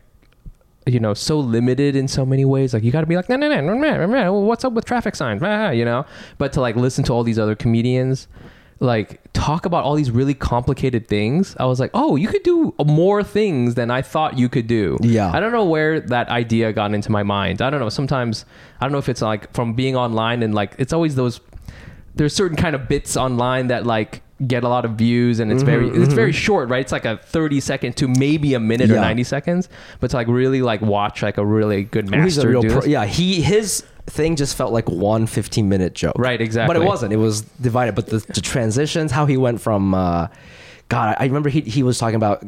Speaker 2: you know so limited in so many ways like you got to be like no no no no, no no what's up with traffic signs Ah, you know but to like listen to all these other comedians like talk about all these really complicated things i was like oh you could do more things than i thought you could do
Speaker 1: Yeah.
Speaker 2: i don't know where that idea got into my mind i don't know sometimes i don't know if it's like from being online and like it's always those there's certain kind of bits online that like get a lot of views and it's very it's very short right it's like a 30 second to maybe a minute or
Speaker 1: Yeah.
Speaker 2: 90 seconds, but to like really like watch like a really good
Speaker 1: Well, he's a
Speaker 2: master
Speaker 1: real
Speaker 2: do
Speaker 1: pro-
Speaker 2: this.
Speaker 1: yeah he his thing just felt like one 15 minute joke
Speaker 2: Right, exactly.
Speaker 1: but it wasn't it was divided but the, the transitions how he went from uh god i remember he, he was talking about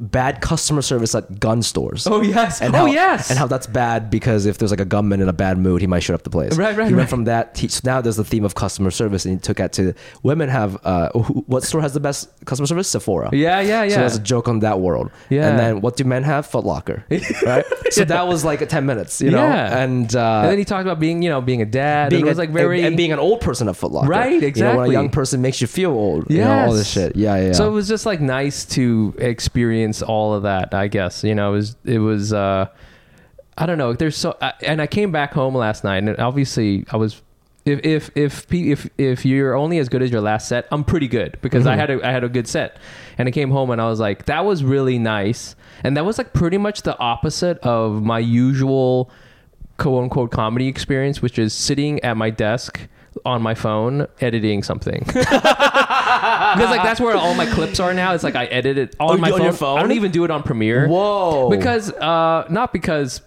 Speaker 1: bad customer service at gun stores
Speaker 2: Oh, yes.
Speaker 1: and
Speaker 2: Oh,
Speaker 1: how,
Speaker 2: yes.
Speaker 1: and how that's bad because if there's like a gunman in a bad mood he might shoot up the place
Speaker 2: Right, right,
Speaker 1: he
Speaker 2: right.
Speaker 1: went from that he, so now there's the theme of customer service and he took that to women have uh who, what store has the best customer service sephora
Speaker 2: Yeah, yeah, yeah.
Speaker 1: so that's a joke on that world.
Speaker 2: Yeah.
Speaker 1: And then what do men have? Foot Locker. Right? so that was like 10 minutes, you know?
Speaker 2: Yeah.
Speaker 1: And, uh,
Speaker 2: and then he talked about being, you know, being a dad.
Speaker 1: being
Speaker 2: Being and it was
Speaker 1: a-
Speaker 2: like very
Speaker 1: and, and being an old person at Foot Locker.
Speaker 2: Right,
Speaker 1: You know, when
Speaker 2: exactly.
Speaker 1: a young person makes you feel old. You know, all
Speaker 2: Yes.
Speaker 1: this shit. Yeah, yeah.
Speaker 2: So it was just like nice to experience all of that, I guess. You know, it was it was uh I don't know. There's so I, and I came back home last night and obviously I was if if if pe- if if you're only as good as your last set, I'm pretty good because
Speaker 1: Mm-hmm.
Speaker 2: I had a I had a good set. And I came home and I was like that was really nice. And that was like pretty much the opposite of my usual quote unquote comedy experience, which is sitting at my desk on my phone editing something. Because like that's where all my clips are now. It's like I edit it on
Speaker 1: Oh,
Speaker 2: my
Speaker 1: you- on
Speaker 2: phone.
Speaker 1: your
Speaker 2: I don't
Speaker 1: phone?
Speaker 2: even do it on Premiere.
Speaker 1: Whoa.
Speaker 2: Because uh, not because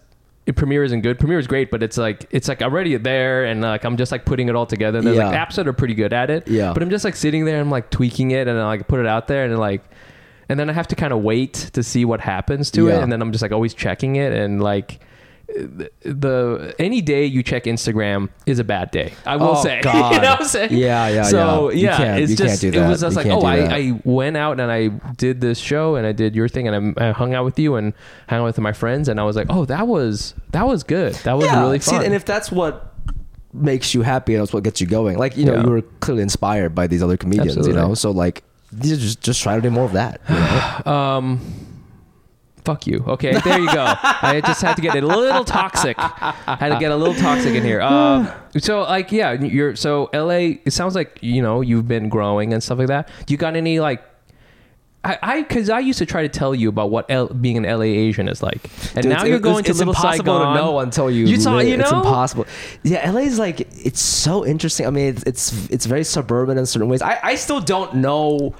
Speaker 2: it- Premiere isn't good. Premiere is great, but it's like it's like already there, and like I'm just like putting it all together. There's like
Speaker 1: Yeah.
Speaker 2: apps that are pretty good at it.
Speaker 1: Yeah.
Speaker 2: But I'm just like sitting there, and I'm like tweaking it, and I like put it out there, and like, and then I have to kind of wait to see what happens to it,
Speaker 1: Yeah.
Speaker 2: and then I'm just like always checking it, and like. The, the any day you check Instagram is a bad day. I will
Speaker 1: Oh,
Speaker 2: say,
Speaker 1: God.
Speaker 2: you know what I'm saying?
Speaker 1: Yeah, yeah,
Speaker 2: So
Speaker 1: yeah. You
Speaker 2: yeah,
Speaker 1: can't-
Speaker 2: it's
Speaker 1: you can't
Speaker 2: just
Speaker 1: do
Speaker 2: it
Speaker 1: that.
Speaker 2: was just
Speaker 1: You
Speaker 2: like
Speaker 1: can't
Speaker 2: oh,
Speaker 1: do
Speaker 2: I,
Speaker 1: that.
Speaker 2: I I went out and I did this show and I did your thing and I, I hung out with you and hung out with my friends and I was like, oh, that was that was good. That was
Speaker 1: yeah.
Speaker 2: really
Speaker 1: See,
Speaker 2: fun.
Speaker 1: and if that's what makes you happy and that's what gets you going, like, you know,
Speaker 2: Yeah.
Speaker 1: you were clearly inspired by these other comedians,
Speaker 2: Absolutely.
Speaker 1: you know? So, like, you just, just try to do more of that. you know?
Speaker 2: um, fuck you. Okay, there you go. I just had to get it a little toxic. I had to get a little toxic in here. Um, so like yeah, you're so LA. It sounds like you know you've been growing and stuff like that. Do you got any like? I, I, cause I used to try to tell you about what L, being an LA Asian is like, and
Speaker 1: Dude,
Speaker 2: now
Speaker 1: it's-
Speaker 2: you're
Speaker 1: it's-
Speaker 2: going to
Speaker 1: it's
Speaker 2: Little
Speaker 1: impossible
Speaker 2: Saigon.
Speaker 1: to know until you.
Speaker 2: you saw,
Speaker 1: live.
Speaker 2: you know,
Speaker 1: it's impossible. Yeah, LA is like it's so interesting. I mean, it's it's, it's very suburban in certain ways. I, I still don't know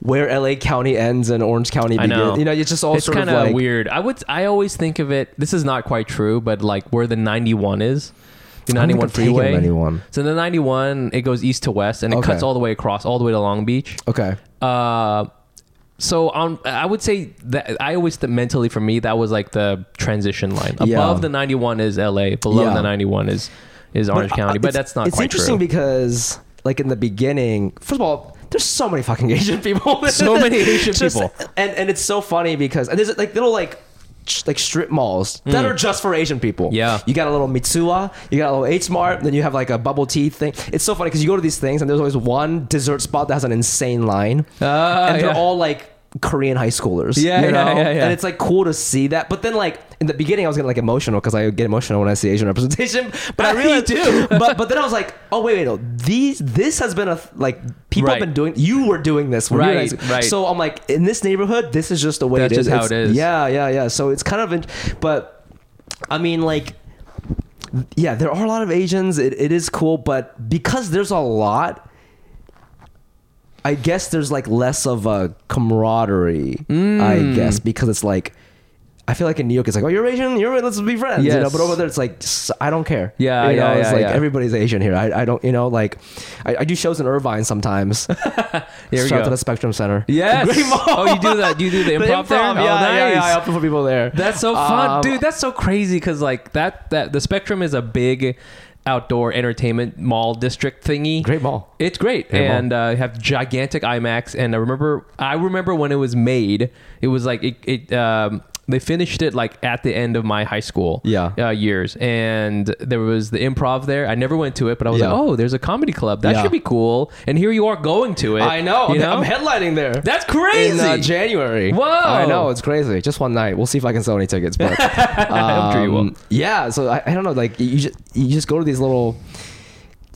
Speaker 1: where LA County ends and Orange County
Speaker 2: I
Speaker 1: begins.
Speaker 2: know.
Speaker 1: You know, it's just all
Speaker 2: it's
Speaker 1: sort of
Speaker 2: kind
Speaker 1: like
Speaker 2: weird. I would I always think of it. This is not quite true, but like where the 91 is, the
Speaker 1: I've never
Speaker 2: 91
Speaker 1: taken
Speaker 2: freeway.
Speaker 1: 91.
Speaker 2: So the 91 it goes east to west and it
Speaker 1: Okay.
Speaker 2: cuts all the way across all the way to Long Beach.
Speaker 1: Okay.
Speaker 2: Uh, so on, I would say that I always th- mentally for me that was like the transition line. Above
Speaker 1: Yeah.
Speaker 2: the 91 is LA. Below
Speaker 1: Yeah.
Speaker 2: the 91 is is Orange
Speaker 1: I-
Speaker 2: County. But
Speaker 1: it's-
Speaker 2: that's not
Speaker 1: It's
Speaker 2: quite
Speaker 1: interesting
Speaker 2: true.
Speaker 1: because like in the beginning, first of all, there's so many fucking Asian people.
Speaker 2: So many Asian
Speaker 1: Just-
Speaker 2: people.
Speaker 1: and and it's so funny because and there's like little like. sh- Like strip malls that are just for Asian people.
Speaker 2: Mm. Yeah.
Speaker 1: you got a little Mitsuwa, you got a little H Mart, then you have like a bubble tea thing. It's so funny because you go to these things and there's always one dessert spot that has an insane line,
Speaker 2: Ah,
Speaker 1: and they're
Speaker 2: yeah.
Speaker 1: all like Korean high schoolers.
Speaker 2: Yeah,
Speaker 1: you
Speaker 2: yeah,
Speaker 1: know?
Speaker 2: yeah, yeah.
Speaker 1: And it's like cool to see that. But then like in the beginning, I was getting like emotional because I get emotional when I see Asian representation. But I
Speaker 2: You
Speaker 1: realized,
Speaker 2: do.
Speaker 1: but but then I was like, oh wait, wait, no. These this has been a th- like people
Speaker 2: Right.
Speaker 1: have been doing. You were doing this, when you were
Speaker 2: Right,
Speaker 1: guys-
Speaker 2: right.
Speaker 1: So I'm like, in this neighborhood, this is just the way
Speaker 2: That's
Speaker 1: it is.
Speaker 2: just how
Speaker 1: It's-
Speaker 2: it is.
Speaker 1: Yeah, yeah, yeah. So it's kind of, in, but I mean, like, yeah, there are a lot of Asians. It, it is cool, but because there's a lot. I guess there's like less of a camaraderie,
Speaker 2: Mm.
Speaker 1: I guess, because it's like I feel like in New York it's like, oh, you're Asian, you're let's be friends, you know.
Speaker 2: Yes.
Speaker 1: But over there it's like "S- I don't care.
Speaker 2: Yeah,
Speaker 1: you know,
Speaker 2: yeah,
Speaker 1: It's
Speaker 2: yeah,
Speaker 1: like
Speaker 2: yeah.
Speaker 1: everybody's Asian here. I, I don't, you know, like I, I do shows in Irvine sometimes.
Speaker 2: Here we
Speaker 1: Shout out
Speaker 2: go.
Speaker 1: to the Spectrum Center.
Speaker 2: Yes.
Speaker 1: Great mall.
Speaker 2: Oh, you do that. You do the improv, there.
Speaker 1: Yeah,
Speaker 2: Oh,
Speaker 1: yeah, yeah,
Speaker 2: nice.
Speaker 1: I open for people there.
Speaker 2: That's so fun,
Speaker 1: Um,
Speaker 2: dude. That's so crazy because like that that the Spectrum is a big outdoor entertainment mall district thingy.
Speaker 1: Great mall.
Speaker 2: It's great,
Speaker 1: Great mall.
Speaker 2: and uh, have gigantic IMAX. And I remember, I remember when it was made. It was like it. it um, they finished it like at the end of my high school
Speaker 1: Yeah.
Speaker 2: uh, years, and there was the improv there. I never went to it, but I was
Speaker 1: Yeah.
Speaker 2: like, "Oh, there's a comedy club. That
Speaker 1: Yeah.
Speaker 2: should be cool." And here you are going to it.
Speaker 1: I know.
Speaker 2: You know?
Speaker 1: I'm headlining there.
Speaker 2: That's
Speaker 1: in
Speaker 2: crazy.
Speaker 1: uh, January.
Speaker 2: Whoa.
Speaker 1: I know it's crazy. Just one night. We'll see if I can sell any tickets. But
Speaker 2: I'm sure you will.
Speaker 1: um, Yeah. So I, I don't know. Like you just you just go to these little.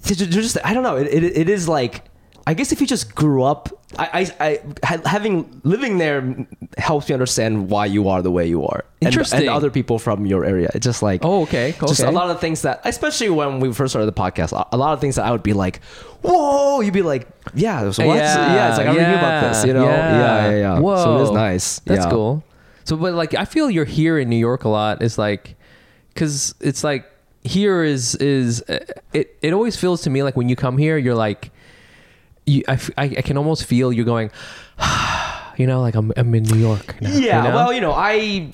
Speaker 1: They're ju- they're just I don't know. It, it, it is like I guess if you just grew up. I, I, I ha- having living there helps you understand why you are the way you are. And- And,
Speaker 2: Interesting.
Speaker 1: other people from your area. It's just like
Speaker 2: Oh, okay,
Speaker 1: Just a
Speaker 2: okay.
Speaker 1: lot of things that, especially when we first started the podcast, a- a lot of things that I would be like, "Whoa!" You'd be like, "Yeah, there's what?"
Speaker 2: Yeah,
Speaker 1: Yeah, it's like I already knew about this, you know? Yeah, yeah, yeah.
Speaker 2: Whoa,
Speaker 1: So it is nice.
Speaker 2: That's
Speaker 1: Yeah.
Speaker 2: cool. So, but like, I feel you're here in New York a lot. Is like, because it's like here is is uh, it. It always feels to me like when you come here, you're like, you. I, f- I- I can almost feel you going, you know, like I'm I'm in New York. Now,
Speaker 1: Yeah.
Speaker 2: you know?
Speaker 1: Well, you know, I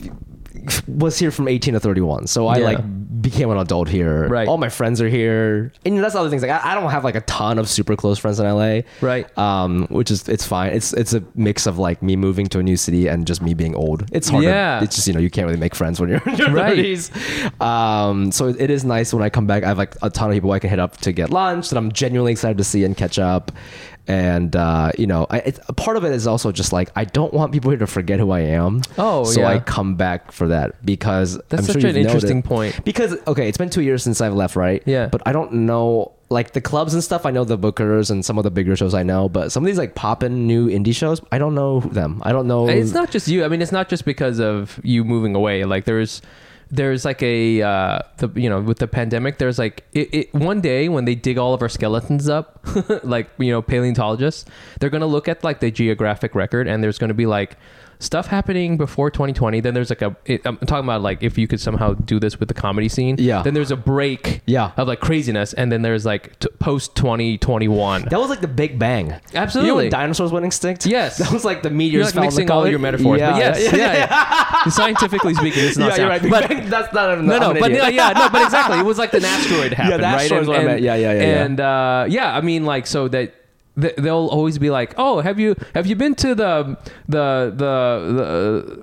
Speaker 1: was here from 18 to 31, so I
Speaker 2: Yeah.
Speaker 1: like became an adult here.
Speaker 2: Right.
Speaker 1: All my friends are here, and that's the other things. Like I, I don't have like a ton of super close friends in LA.
Speaker 2: Right.
Speaker 1: Um, which is it's fine. It's it's a mix of like me moving to a new city and just me being old. It's hard.
Speaker 2: Yeah.
Speaker 1: It's just you know you can't really make friends when you're in your
Speaker 2: Right.
Speaker 1: 30s. Um, so it is nice when I come back. I have like a ton of people I can hit up to get lunch that I'm genuinely excited to see and catch up. And uh, you know, I, it's, a part of it is also just like I don't want people here to forget who I am.
Speaker 2: Oh,
Speaker 1: so
Speaker 2: yeah.
Speaker 1: I come back for that because
Speaker 2: That's
Speaker 1: I'm
Speaker 2: such
Speaker 1: sure
Speaker 2: an
Speaker 1: you've
Speaker 2: interesting
Speaker 1: noted-
Speaker 2: point.
Speaker 1: Because okay, it's been two years since I've left, right?
Speaker 2: Yeah.
Speaker 1: But I don't know like the clubs and stuff. I know the bookers and some of the bigger shows I know, but some of these like poppin' new indie shows, I don't know them. I don't know.
Speaker 2: It's not just you. I mean, it's not just because of you moving away. Like there's there's like a uh, the you know with the pandemic there's like it, it one day when they dig all of our skeletons up like you know paleontologists they're going to look at like the geographic record and there's going to be like stuff happening before 2020 then there's like a it, i'm talking about like if you could somehow do this with the comedy scene
Speaker 1: Yeah.
Speaker 2: then there's a break
Speaker 1: Yeah.
Speaker 2: of like craziness and then there's like t- post 2021
Speaker 1: That was like the Big Bang.
Speaker 2: Absolutely.
Speaker 1: You know when dinosaurs went extinct?
Speaker 2: Yes.
Speaker 1: That was like the meteors
Speaker 2: you're like
Speaker 1: fell in the
Speaker 2: mixing all
Speaker 1: color-
Speaker 2: your metaphors but yes yeah, yeah. scientifically speaking it's
Speaker 1: Yeah,
Speaker 2: not
Speaker 1: you're
Speaker 2: sound.
Speaker 1: right. Big
Speaker 2: But-
Speaker 1: Bang, that's not
Speaker 2: no, no, but
Speaker 1: yeah,
Speaker 2: yeah, yeah, no, but exactly. It was like an asteroid happened,
Speaker 1: the
Speaker 2: right?
Speaker 1: asteroid's what I meant. Yeah, yeah, yeah, yeah.
Speaker 2: And uh, yeah, I mean, like, so that th- they'll always be like, "Oh, have you have you been to the the the,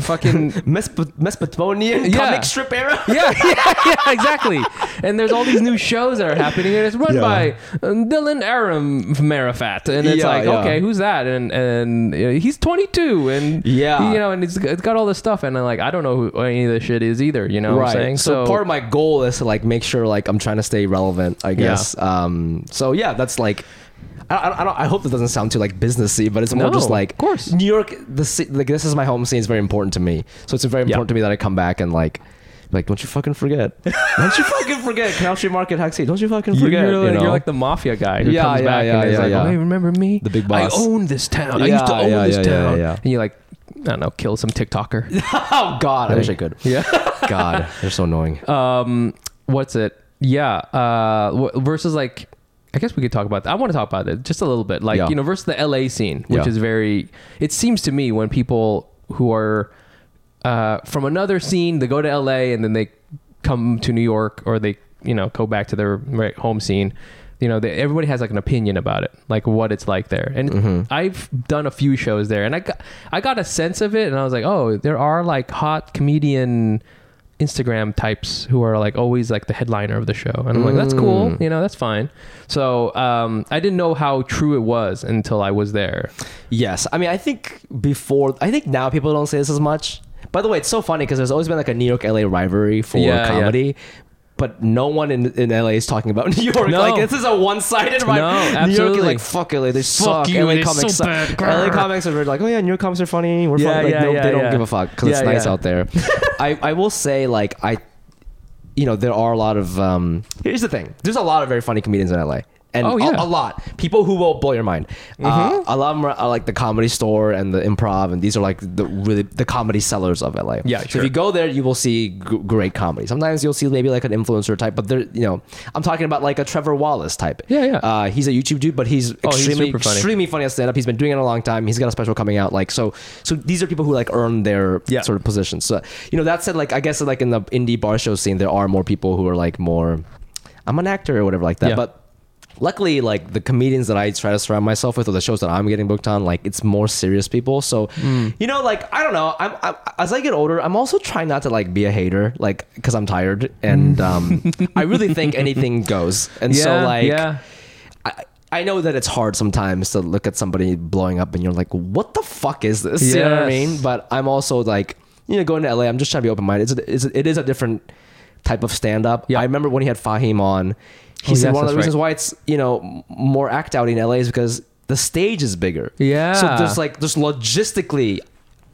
Speaker 2: fucking
Speaker 1: Mesop- Mesopotamian
Speaker 2: Yeah.
Speaker 1: comic strip era.
Speaker 2: yeah, yeah, yeah, exactly. And there's all these new shows that are happening, and it's run
Speaker 1: Yeah.
Speaker 2: by um, Dylan Aram Marifat, and it's
Speaker 1: Yeah,
Speaker 2: like,
Speaker 1: yeah.
Speaker 2: okay, who's that? And and uh, he's 22, and
Speaker 1: Yeah.
Speaker 2: you know, and it's, it's got all this stuff, and I'm like, I don't know who any of this shit is either. You know what I'm saying?
Speaker 1: So, part of my goal is to like make sure like I'm trying to stay relevant. I guess. Um. So yeah, that's like. I, I, I, don't, I hope that doesn't sound too like businessy, but it's more
Speaker 2: No,
Speaker 1: just like
Speaker 2: of course.
Speaker 1: New York. The ci- like this is my home scene. It's very important to me. So it's very
Speaker 2: Yeah.
Speaker 1: important to me that I come back and like. Like, don't you fucking forget. don't you fucking forget. Canal Street Market, Haxie. Don't you fucking
Speaker 2: You-
Speaker 1: forget.
Speaker 2: You're, like,
Speaker 1: you know?
Speaker 2: you're like the mafia guy who
Speaker 1: Yeah,
Speaker 2: comes
Speaker 1: yeah,
Speaker 2: back
Speaker 1: yeah,
Speaker 2: and is
Speaker 1: yeah,
Speaker 2: like,
Speaker 1: yeah.
Speaker 2: "Oh, hey, remember me?
Speaker 1: The big boss.
Speaker 2: I own this town. I used to
Speaker 1: Yeah,
Speaker 2: own
Speaker 1: yeah,
Speaker 2: this
Speaker 1: yeah, yeah,
Speaker 2: town.
Speaker 1: yeah.
Speaker 2: And you're like, I don't know, kill some TikToker.
Speaker 1: oh, God. I wish I could.
Speaker 2: yeah.
Speaker 1: God, they're so annoying.
Speaker 2: um what's it yeah uh w- versus like i guess we could talk about that i want to talk about it just a little bit like
Speaker 1: Yeah.
Speaker 2: you know versus the la scene which
Speaker 1: Yeah.
Speaker 2: is very it seems to me when people who are uh from another scene they go to la and then they come to new york or they you know go back to their right, home scene you know they, everybody has like an opinion about it like what it's like there and i've done a few shows there and i got i got a sense of it and i was like oh there are like hot comedian Instagram types who are like always like the headliner of the show. And I'm like, that's cool. You know, that's fine. So um, I didn't know how true it was until I was there.
Speaker 1: Yes, I mean, I think before, I think now people don't say this as much. By the way, it's so funny because there's always been like a New York LA rivalry for
Speaker 2: Yeah, yeah.
Speaker 1: comedy. But no one in, in LA is talking about New York.
Speaker 2: No.
Speaker 1: Like this is a one-sided rivalry. New York
Speaker 2: absolutely.
Speaker 1: is like fuck LA. They suck.
Speaker 2: you,
Speaker 1: LA
Speaker 2: it's
Speaker 1: comics
Speaker 2: so
Speaker 1: suck.
Speaker 2: bad.
Speaker 1: LA
Speaker 2: Grr.
Speaker 1: comics are very like, oh yeah, New York comics are funny. We're
Speaker 2: Yeah,
Speaker 1: funny. Like,
Speaker 2: yeah,
Speaker 1: no,
Speaker 2: yeah,
Speaker 1: they don't
Speaker 2: yeah.
Speaker 1: give a fuck because it's
Speaker 2: Yeah,
Speaker 1: nice
Speaker 2: yeah.
Speaker 1: out there. I I will say like I, you know, there are a lot of um. Here's the thing. There's a lot of very funny comedians in LA. and
Speaker 2: Oh, yeah.
Speaker 1: a, a lot people who will blow your mind.
Speaker 2: Mm-hmm.
Speaker 1: Uh, a lot of them are, are like the Comedy Store and the Improv, and these are like the really the comedy sellers of LA.
Speaker 2: Yeah,
Speaker 1: so
Speaker 2: sure.
Speaker 1: if you go there, you will see g- great comedy. Sometimes you'll see maybe like an influencer type, but there, you know, I'm talking about like a Trevor Wallace type.
Speaker 2: Yeah, yeah.
Speaker 1: Uh, he's a YouTube dude, but he's
Speaker 2: he's
Speaker 1: extremely
Speaker 2: super funny.
Speaker 1: extremely funny at stand up. He's been doing it a long time. He's got a special coming out. Like so, so these are people who like earn their
Speaker 2: Yeah.
Speaker 1: sort of positions. So you know, that said, like I guess like in the indie bar show scene, there are more people who are like more, I'm an actor or whatever like that.
Speaker 2: Yeah.
Speaker 1: But luckily, like the comedians that I try to surround myself with or the shows that I'm getting booked on, like it's more serious people. So
Speaker 2: Hmm.
Speaker 1: you know, like I don't know. I'm, I'm as I get older, I'm also trying not to like be a hater, like because I'm tired and um, I really think anything goes. And so like.
Speaker 2: yeah.
Speaker 1: I, I know that it's hard sometimes to look at somebody blowing up and you're like, what the fuck is this? You know what I
Speaker 2: Yes.
Speaker 1: mean? But I'm also like, you know, going to LA, I'm just trying to be open minded. It's a, it's a, it is a different type of stand up.
Speaker 2: Yeah.
Speaker 1: I remember when he had Fahim on, he
Speaker 2: Oh,
Speaker 1: said
Speaker 2: yes,
Speaker 1: one of
Speaker 2: that's
Speaker 1: the
Speaker 2: right.
Speaker 1: reasons why it's, you know, m- more act out in LA is because the stage is bigger.
Speaker 2: Yeah.
Speaker 1: So there's like, there's logistically,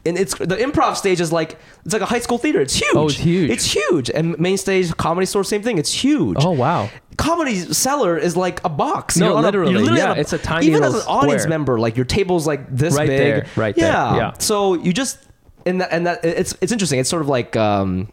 Speaker 1: and it's the improv stage is like it's like a high school theater. It's huge.
Speaker 2: Oh, it's huge.
Speaker 1: It's huge. And main stage comedy store, same thing. It's huge
Speaker 2: Oh wow.
Speaker 1: comedy cellar is like a box.
Speaker 2: No,
Speaker 1: on a-
Speaker 2: literally, yeah,
Speaker 1: on
Speaker 2: it's a tiny
Speaker 1: Even as
Speaker 2: little
Speaker 1: an audience
Speaker 2: square.
Speaker 1: member, like your table's like this
Speaker 2: Right
Speaker 1: big.
Speaker 2: there, right there,
Speaker 1: yeah.
Speaker 2: yeah.
Speaker 1: So you just and that and that it's it's interesting. It's sort of like. um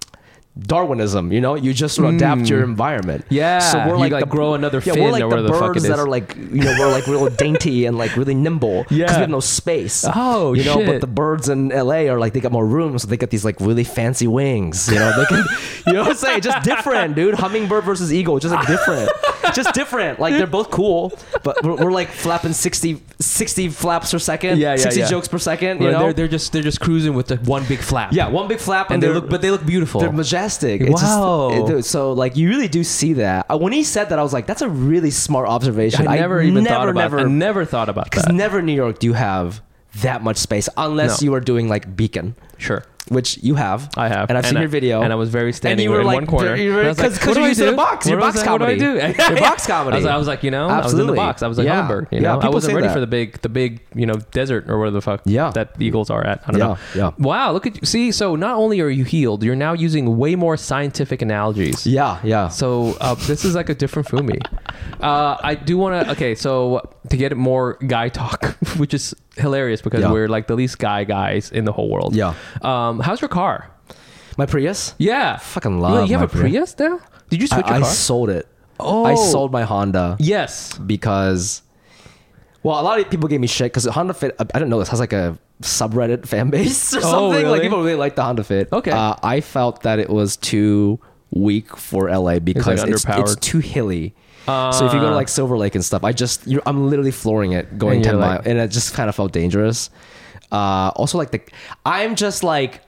Speaker 1: Darwinism, you know, you just sort of adapt your environment.
Speaker 2: Mm. Yeah, you, like, grow another
Speaker 1: yeah,
Speaker 2: fin
Speaker 1: we're like
Speaker 2: or
Speaker 1: the
Speaker 2: whatever the fuck it
Speaker 1: birds that
Speaker 2: is.
Speaker 1: are like, you know, we're like real dainty and like really nimble because
Speaker 2: Yeah.
Speaker 1: we have no space.
Speaker 2: Oh,
Speaker 1: you know,
Speaker 2: shit.
Speaker 1: but the birds in LA are like they got more room, so they got these like really fancy wings. You know, they can, you know what I'm saying? Just different, dude. Hummingbird versus eagle, just like different, just different. Like they're both cool, but we're, we're like flapping 60, 60 flaps per second,
Speaker 2: Yeah, yeah,
Speaker 1: 60
Speaker 2: yeah.
Speaker 1: jokes per second. You
Speaker 2: Where
Speaker 1: know,
Speaker 2: they're they're just they're just cruising with the one big flap.
Speaker 1: yeah, one big flap,
Speaker 2: and they look
Speaker 1: but.
Speaker 2: but they look beautiful.
Speaker 1: They're majestic. It's just-
Speaker 2: Wow.
Speaker 1: it- dude, so like you really do see that. Uh, When he said that, I was like, that's a really smart observation.
Speaker 2: I never even thought about. I
Speaker 1: never,
Speaker 2: never thought about
Speaker 1: because
Speaker 2: that.
Speaker 1: never in New York do you have that much space unless
Speaker 2: No.
Speaker 1: you are doing like Beacon,
Speaker 2: sure.
Speaker 1: which you have.
Speaker 2: I have,
Speaker 1: and I've seen your video.
Speaker 2: and I was very standing
Speaker 1: you were
Speaker 2: in
Speaker 1: like,
Speaker 2: one corner.
Speaker 1: very- you were-
Speaker 2: And I was like,
Speaker 1: 'cause-
Speaker 2: what
Speaker 1: 'cause
Speaker 2: do
Speaker 1: you
Speaker 2: I
Speaker 1: used to
Speaker 2: do?
Speaker 1: the box, your
Speaker 2: What was
Speaker 1: box
Speaker 2: I- what do I
Speaker 1: comedy.
Speaker 2: do?
Speaker 1: Your box comedy.
Speaker 2: I was, I was like, you know, I was in
Speaker 1: Absolutely.
Speaker 2: the box. I was like
Speaker 1: Yeah.
Speaker 2: Hummingbird. You
Speaker 1: Yeah,
Speaker 2: know, I
Speaker 1: people
Speaker 2: wasn't
Speaker 1: say
Speaker 2: ready
Speaker 1: that.
Speaker 2: for the big, the big, you know, desert or whatever the fuck.
Speaker 1: Yeah.
Speaker 2: that eagles are at. I don't
Speaker 1: Yeah,
Speaker 2: know.
Speaker 1: yeah.
Speaker 2: Wow, look at you. See, so not only are you healed, you're now using way more scientific analogies.
Speaker 1: yeah, yeah.
Speaker 2: So uh, this is like a different Fumi. Uh, I do want to. Okay, so to get more guy talk, which is hilarious because
Speaker 1: Yeah.
Speaker 2: we're like the least guy guys in the whole world.
Speaker 1: Yeah.
Speaker 2: Um, how's your car?
Speaker 1: my Prius.
Speaker 2: Yeah.
Speaker 1: Fucking
Speaker 2: You,
Speaker 1: love
Speaker 2: you have a
Speaker 1: my Prius.
Speaker 2: Prius now? Did you
Speaker 1: I,
Speaker 2: switch your
Speaker 1: I
Speaker 2: car?
Speaker 1: sold it.
Speaker 2: Oh.
Speaker 1: I sold my Honda
Speaker 2: Yes.
Speaker 1: because, well, a lot of people gave me shit because Honda Fit. I don't know this has like a subreddit fan base or
Speaker 2: Oh,
Speaker 1: something.
Speaker 2: really?
Speaker 1: Like people really like the Honda Fit.
Speaker 2: Okay.
Speaker 1: Uh, I felt that it was too weak for LA because it's,
Speaker 2: underpowered.
Speaker 1: it's too hilly. so if you go to like Silver Lake and stuff, I just you're, I'm literally flooring it going
Speaker 2: And you're
Speaker 1: ten
Speaker 2: like-
Speaker 1: miles, and it just kind of felt dangerous. Uh, also, like the I'm just like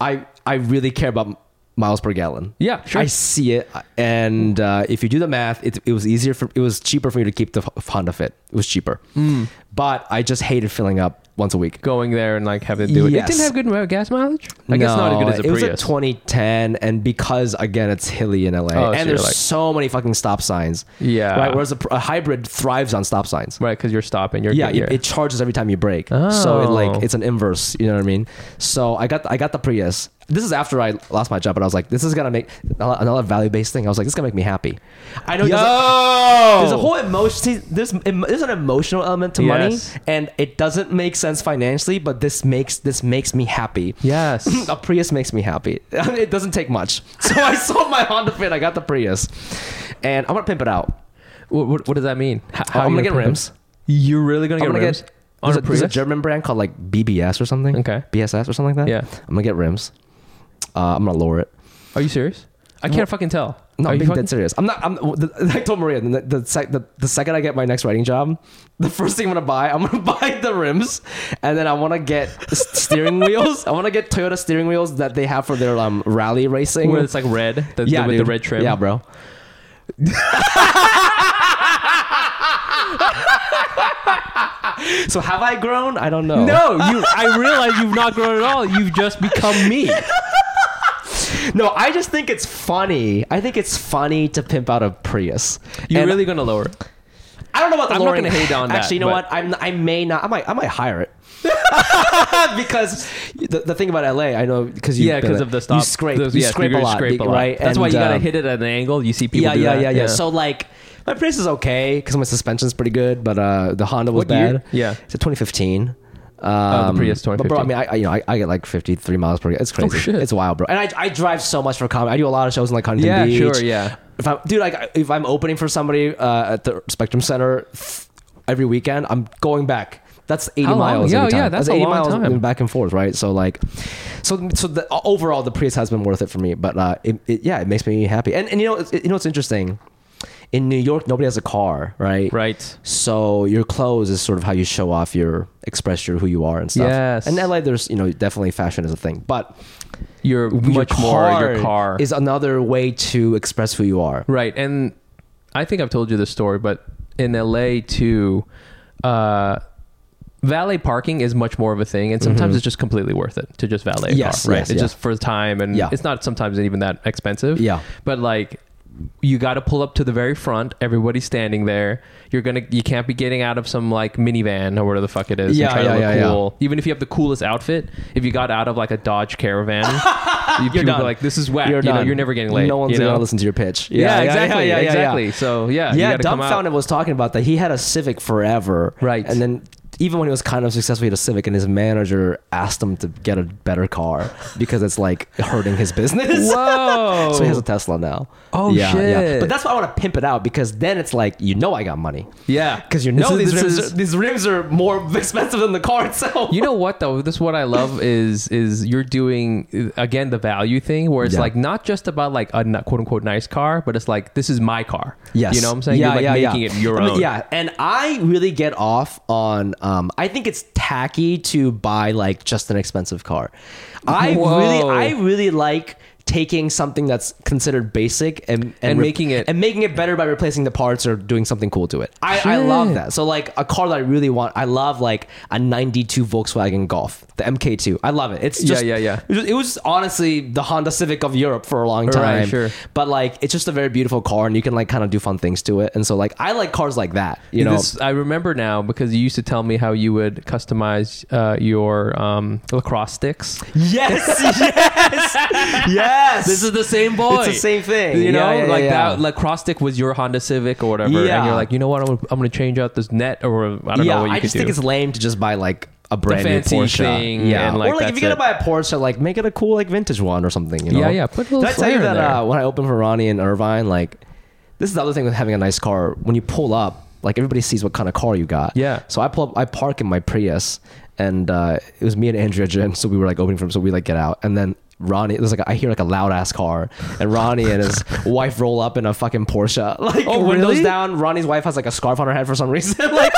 Speaker 1: I I really care about miles per gallon.
Speaker 2: Yeah, sure.
Speaker 1: I see it, and uh, if you do the math, it, it was easier for it was cheaper for me to keep the H- Honda Fit. It was cheaper,
Speaker 2: Mm.
Speaker 1: but I just hated filling up once a week.
Speaker 2: Going there and like having to do it.
Speaker 1: Yes.
Speaker 2: It didn't have good amount of gas mileage? I guess not as
Speaker 1: No,
Speaker 2: good as a
Speaker 1: it
Speaker 2: Prius.
Speaker 1: was a 2010, and because again it's hilly in LA,
Speaker 2: Oh, so
Speaker 1: and
Speaker 2: you're
Speaker 1: there's
Speaker 2: like-
Speaker 1: so many fucking stop signs.
Speaker 2: Yeah.
Speaker 1: right. Whereas a, pr- a hybrid thrives on stop signs.
Speaker 2: right, because you're stopping. You're
Speaker 1: Yeah,
Speaker 2: you're,
Speaker 1: it, it charges every time you brake. So it
Speaker 2: Oh.
Speaker 1: like it's an inverse. You know what I mean? So I got I got the Prius. This is after I lost my job, but I was like, this is gonna make another value based thing. I was like, this is gonna make me happy. I know. it doesn't-
Speaker 2: Yo!
Speaker 1: There's a whole emotion. see, There's em- there's an emotional element to
Speaker 2: Yes.
Speaker 1: money, and it doesn't make sense financially, but this makes this makes me happy.
Speaker 2: Yes.
Speaker 1: a Prius makes me happy. it doesn't take much. So I sold my Honda Fit. I got the Prius, and I'm gonna pimp it out.
Speaker 2: what, what, what does that mean? How, how
Speaker 1: Oh, I'm
Speaker 2: you're
Speaker 1: gonna get
Speaker 2: gonna-
Speaker 1: rims.
Speaker 2: You're really going to
Speaker 1: I'm
Speaker 2: get
Speaker 1: gonna
Speaker 2: rims?
Speaker 1: get.
Speaker 2: on
Speaker 1: There's
Speaker 2: a
Speaker 1: a, there's a
Speaker 2: Prius?
Speaker 1: German brand called like BBS or something.
Speaker 2: Okay.
Speaker 1: BSS or something like that.
Speaker 2: Yeah.
Speaker 1: I'm gonna get rims. Uh, I'm gonna lower it.
Speaker 2: Are you serious? I can't fucking tell.
Speaker 1: No,
Speaker 2: Are
Speaker 1: I'm
Speaker 2: you
Speaker 1: being
Speaker 2: fucking-
Speaker 1: dead serious. I'm not. I'm. The, I told Maria the the, sec, the the second I get my next writing job, the first thing I'm gonna buy, I'm gonna buy the rims, and then I want to get s- steering wheels. I want to get Toyota steering wheels that they have for their um rally racing.
Speaker 2: Where it's like red, the, the-
Speaker 1: yeah,
Speaker 2: with
Speaker 1: dude.
Speaker 2: the red trim.
Speaker 1: Yeah, bro. so have I grown? I don't know.
Speaker 2: No, you. I realize you've not grown at all. You've just become me.
Speaker 1: no. I just think it's funny. I think it's funny to pimp out a Prius.
Speaker 2: You're
Speaker 1: And
Speaker 2: really gonna lower. it.
Speaker 1: I don't know about the
Speaker 2: I'm not
Speaker 1: lowering.
Speaker 2: gonna hate on that,
Speaker 1: Actually, you know
Speaker 2: but-
Speaker 1: what? I'm I may not. I might I might hire it. because the, the thing about LA, I know because
Speaker 2: Yeah, because of the stop.
Speaker 1: you scrape,
Speaker 2: those-
Speaker 1: you
Speaker 2: yes,
Speaker 1: scrape,
Speaker 2: you're
Speaker 1: a
Speaker 2: gonna
Speaker 1: lot,
Speaker 2: scrape a lot.
Speaker 1: right?
Speaker 2: That's why
Speaker 1: And,
Speaker 2: you gotta
Speaker 1: um,
Speaker 2: hit it at an angle. You see people.
Speaker 1: yeah,
Speaker 2: do
Speaker 1: yeah,
Speaker 2: that.
Speaker 1: yeah, yeah. So like, My Prius is okay because my suspension's pretty good, but uh, the Honda was
Speaker 2: What year?
Speaker 1: bad.
Speaker 2: Yeah. Oh,
Speaker 1: it's a 2015. Um,
Speaker 2: Prius Oh,
Speaker 1: But bro, I mean, I, I- you know, I, I get like 53 miles per. It's crazy.
Speaker 2: shit.
Speaker 1: It's wild, bro. And I, I drive so much for comedy. I do a lot of shows in like Huntington
Speaker 2: Yeah,
Speaker 1: Beach.
Speaker 2: sure, yeah.
Speaker 1: If I'm, dude, like if I'm opening for somebody uh, at the Spectrum Center every weekend, I'm going back. That's 80
Speaker 2: How long?
Speaker 1: miles.
Speaker 2: Yeah,
Speaker 1: every time.
Speaker 2: yeah, that's a
Speaker 1: 80
Speaker 2: long
Speaker 1: miles
Speaker 2: time.
Speaker 1: and back and forth, right? So like, so so the, overall, the Prius has been worth it for me. But uh, it, it, yeah, it makes me happy. And and you know, it's, you know, what's interesting. In New York, nobody has a car, right?
Speaker 2: Right.
Speaker 1: So your clothes is sort of how you show off your express your who you are and stuff.
Speaker 2: Yes.
Speaker 1: And LA, there's you know definitely fashion is a thing, but
Speaker 2: You're much more your car.
Speaker 1: is another way to express who you are.
Speaker 2: Right. And I think I've told you this story, but in LA too, uh, valet parking is much more of a thing. And sometimes it's just completely worth it to just valet a
Speaker 1: Mm-hmm. Yes,
Speaker 2: car. Right.
Speaker 1: yes,
Speaker 2: it's
Speaker 1: yeah.
Speaker 2: just for the time and
Speaker 1: Yeah.
Speaker 2: it's not sometimes even that expensive.
Speaker 1: Yeah.
Speaker 2: But like, you got to pull up to the very front. Everybody's standing there. You're gonna. You can't be getting out of some like minivan or whatever the fuck it is.
Speaker 1: Yeah,
Speaker 2: and trying to
Speaker 1: yeah,
Speaker 2: look
Speaker 1: yeah, yeah.
Speaker 2: cool. Even if you have the coolest outfit, if you got out of like a Dodge Caravan, you people
Speaker 1: done.
Speaker 2: are like, "This is whack." you know,
Speaker 1: done.
Speaker 2: you're never getting laid.
Speaker 1: No one's
Speaker 2: you know?
Speaker 1: gonna listen to your pitch.
Speaker 2: Yeah, exactly, exactly. So, yeah, you
Speaker 1: yeah.
Speaker 2: gotta come out.
Speaker 1: Dumbfounded was talking about that. He had a Civic forever,
Speaker 2: Right.
Speaker 1: And then even when he was kind of successful, he had a Civic, and his manager asked him to get a better car because it's like hurting his business.
Speaker 2: Whoa.
Speaker 1: So he has a Tesla now.
Speaker 2: Oh, shit.
Speaker 1: But that's why I want to pimp it out because then it's like you know I got money
Speaker 2: yeah,
Speaker 1: because you know
Speaker 2: This
Speaker 1: these
Speaker 2: is-
Speaker 1: rims,
Speaker 2: this is-
Speaker 1: are, these rims are more expensive than the car itself.
Speaker 2: you know what though? This is what I love is is you're doing uh, again the value thing where it's
Speaker 1: Yeah.
Speaker 2: like not just about like a n- quote unquote nice car, but it's like this is my car.
Speaker 1: Yes.
Speaker 2: you know what I'm saying?
Speaker 1: Yeah,
Speaker 2: you're like
Speaker 1: yeah,
Speaker 2: making
Speaker 1: yeah.
Speaker 2: it your
Speaker 1: I mean,
Speaker 2: own.
Speaker 1: yeah, and I really get off on. Um, I think it's tacky to buy like just an expensive car. I
Speaker 2: Whoa.
Speaker 1: really, I really like taking something that's considered basic and and,
Speaker 2: And making it-
Speaker 1: and making it better by replacing the parts or doing something cool to it. I, I love
Speaker 2: Shit.
Speaker 1: that. So like a car that I really want, I love like a '92 Volkswagen Golf, the MK2. I love it. It's
Speaker 2: Yeah,
Speaker 1: just
Speaker 2: yeah, yeah.
Speaker 1: It was, it was honestly the Honda Civic of Europe for a long time.
Speaker 2: sure.
Speaker 1: But like, it's just a very beautiful car, and you can like kind of do fun things to it. And so like, I like cars like that. You know,
Speaker 2: This- I remember now because you used to tell me how you would customize uh, your um, lacrosse sticks.
Speaker 1: yes, yes, yes.
Speaker 2: This is the same boy.
Speaker 1: It's the same thing.
Speaker 2: You know,
Speaker 1: Yeah, yeah,
Speaker 2: like
Speaker 1: yeah.
Speaker 2: that lacrosse stick was your Honda Civic or whatever,
Speaker 1: Yeah.
Speaker 2: and you're like, you know what? I'm gonna, I'm gonna change out this net or I don't know
Speaker 1: yeah,
Speaker 2: what you
Speaker 1: I
Speaker 2: could
Speaker 1: just
Speaker 2: do.
Speaker 1: think it's lame to just buy like a brand
Speaker 2: fancy
Speaker 1: new Porsche.
Speaker 2: thing
Speaker 1: yeah,
Speaker 2: and, like,
Speaker 1: or like if
Speaker 2: that's
Speaker 1: you're gonna
Speaker 2: it.
Speaker 1: buy a Porsche, like make it a cool like vintage one or something. You know?
Speaker 2: Yeah, yeah, put a little
Speaker 1: Did I tell
Speaker 2: flair
Speaker 1: you
Speaker 2: in
Speaker 1: that
Speaker 2: there.
Speaker 1: uh, when I opened for Ronnie and Irvine, like this is the other thing with having a nice car. When you pull up, like everybody sees what kind of car you got.
Speaker 2: Yeah.
Speaker 1: So I pull up, I park in my Prius, and uh, it was me and Andrea Jen. So we were like opening from, so we like get out, and then. Ronnie, there's like a, I hear like a loud ass car, and Ronnie and his wife roll up in a fucking Porsche, like
Speaker 2: Oh,
Speaker 1: windows
Speaker 2: really?
Speaker 1: down. Ronnie's wife has like a scarf on her head for some reason, like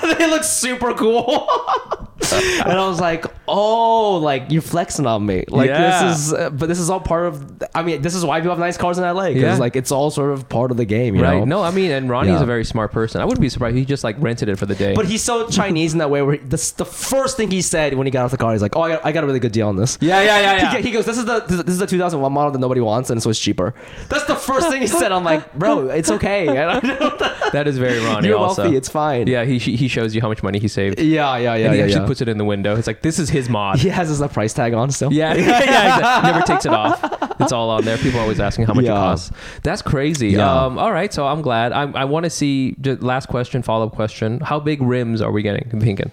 Speaker 1: they look super cool. and I was like, oh, like you're flexing on me, like
Speaker 2: Yeah.
Speaker 1: this is, uh, but this is all part of. I mean, this is why people have nice cars in LA because
Speaker 2: Yeah.
Speaker 1: like it's all sort of part of the game, you
Speaker 2: right?
Speaker 1: know?
Speaker 2: No, I mean, and Ronnie's
Speaker 1: Yeah.
Speaker 2: a very smart person. I wouldn't be surprised. He just like rented it for the day.
Speaker 1: But he's so Chinese in that way where he, this, the first thing he said when he got off the car, he's like, "Oh, I got, I got a really good deal on this."
Speaker 2: yeah, yeah, yeah,
Speaker 1: He, he goes, "This is the this is the 2001 model that nobody wants, and so it's cheaper." That's the first thing he said. I'm like, "Bro, it's okay. I don't know that-
Speaker 2: that is very Ronnie.
Speaker 1: You're
Speaker 2: also.
Speaker 1: wealthy. It's fine."
Speaker 2: yeah, he he shows you how much money he saved.
Speaker 1: yeah, yeah, yeah.
Speaker 2: and he
Speaker 1: yeah,
Speaker 2: actually
Speaker 1: yeah.
Speaker 2: puts it in the window. It's like this is his mod.
Speaker 1: he has his uh, price tag on still.
Speaker 2: Yeah, yeah, yeah, exactly. Never takes it off. It's all on there. People always asking how much
Speaker 1: Yeah.
Speaker 2: it costs. That's crazy.
Speaker 1: Yeah.
Speaker 2: Um, all right, so I'm glad. I, I want to see. Just last question, follow up question. How big rims are we getting? I'm thinking.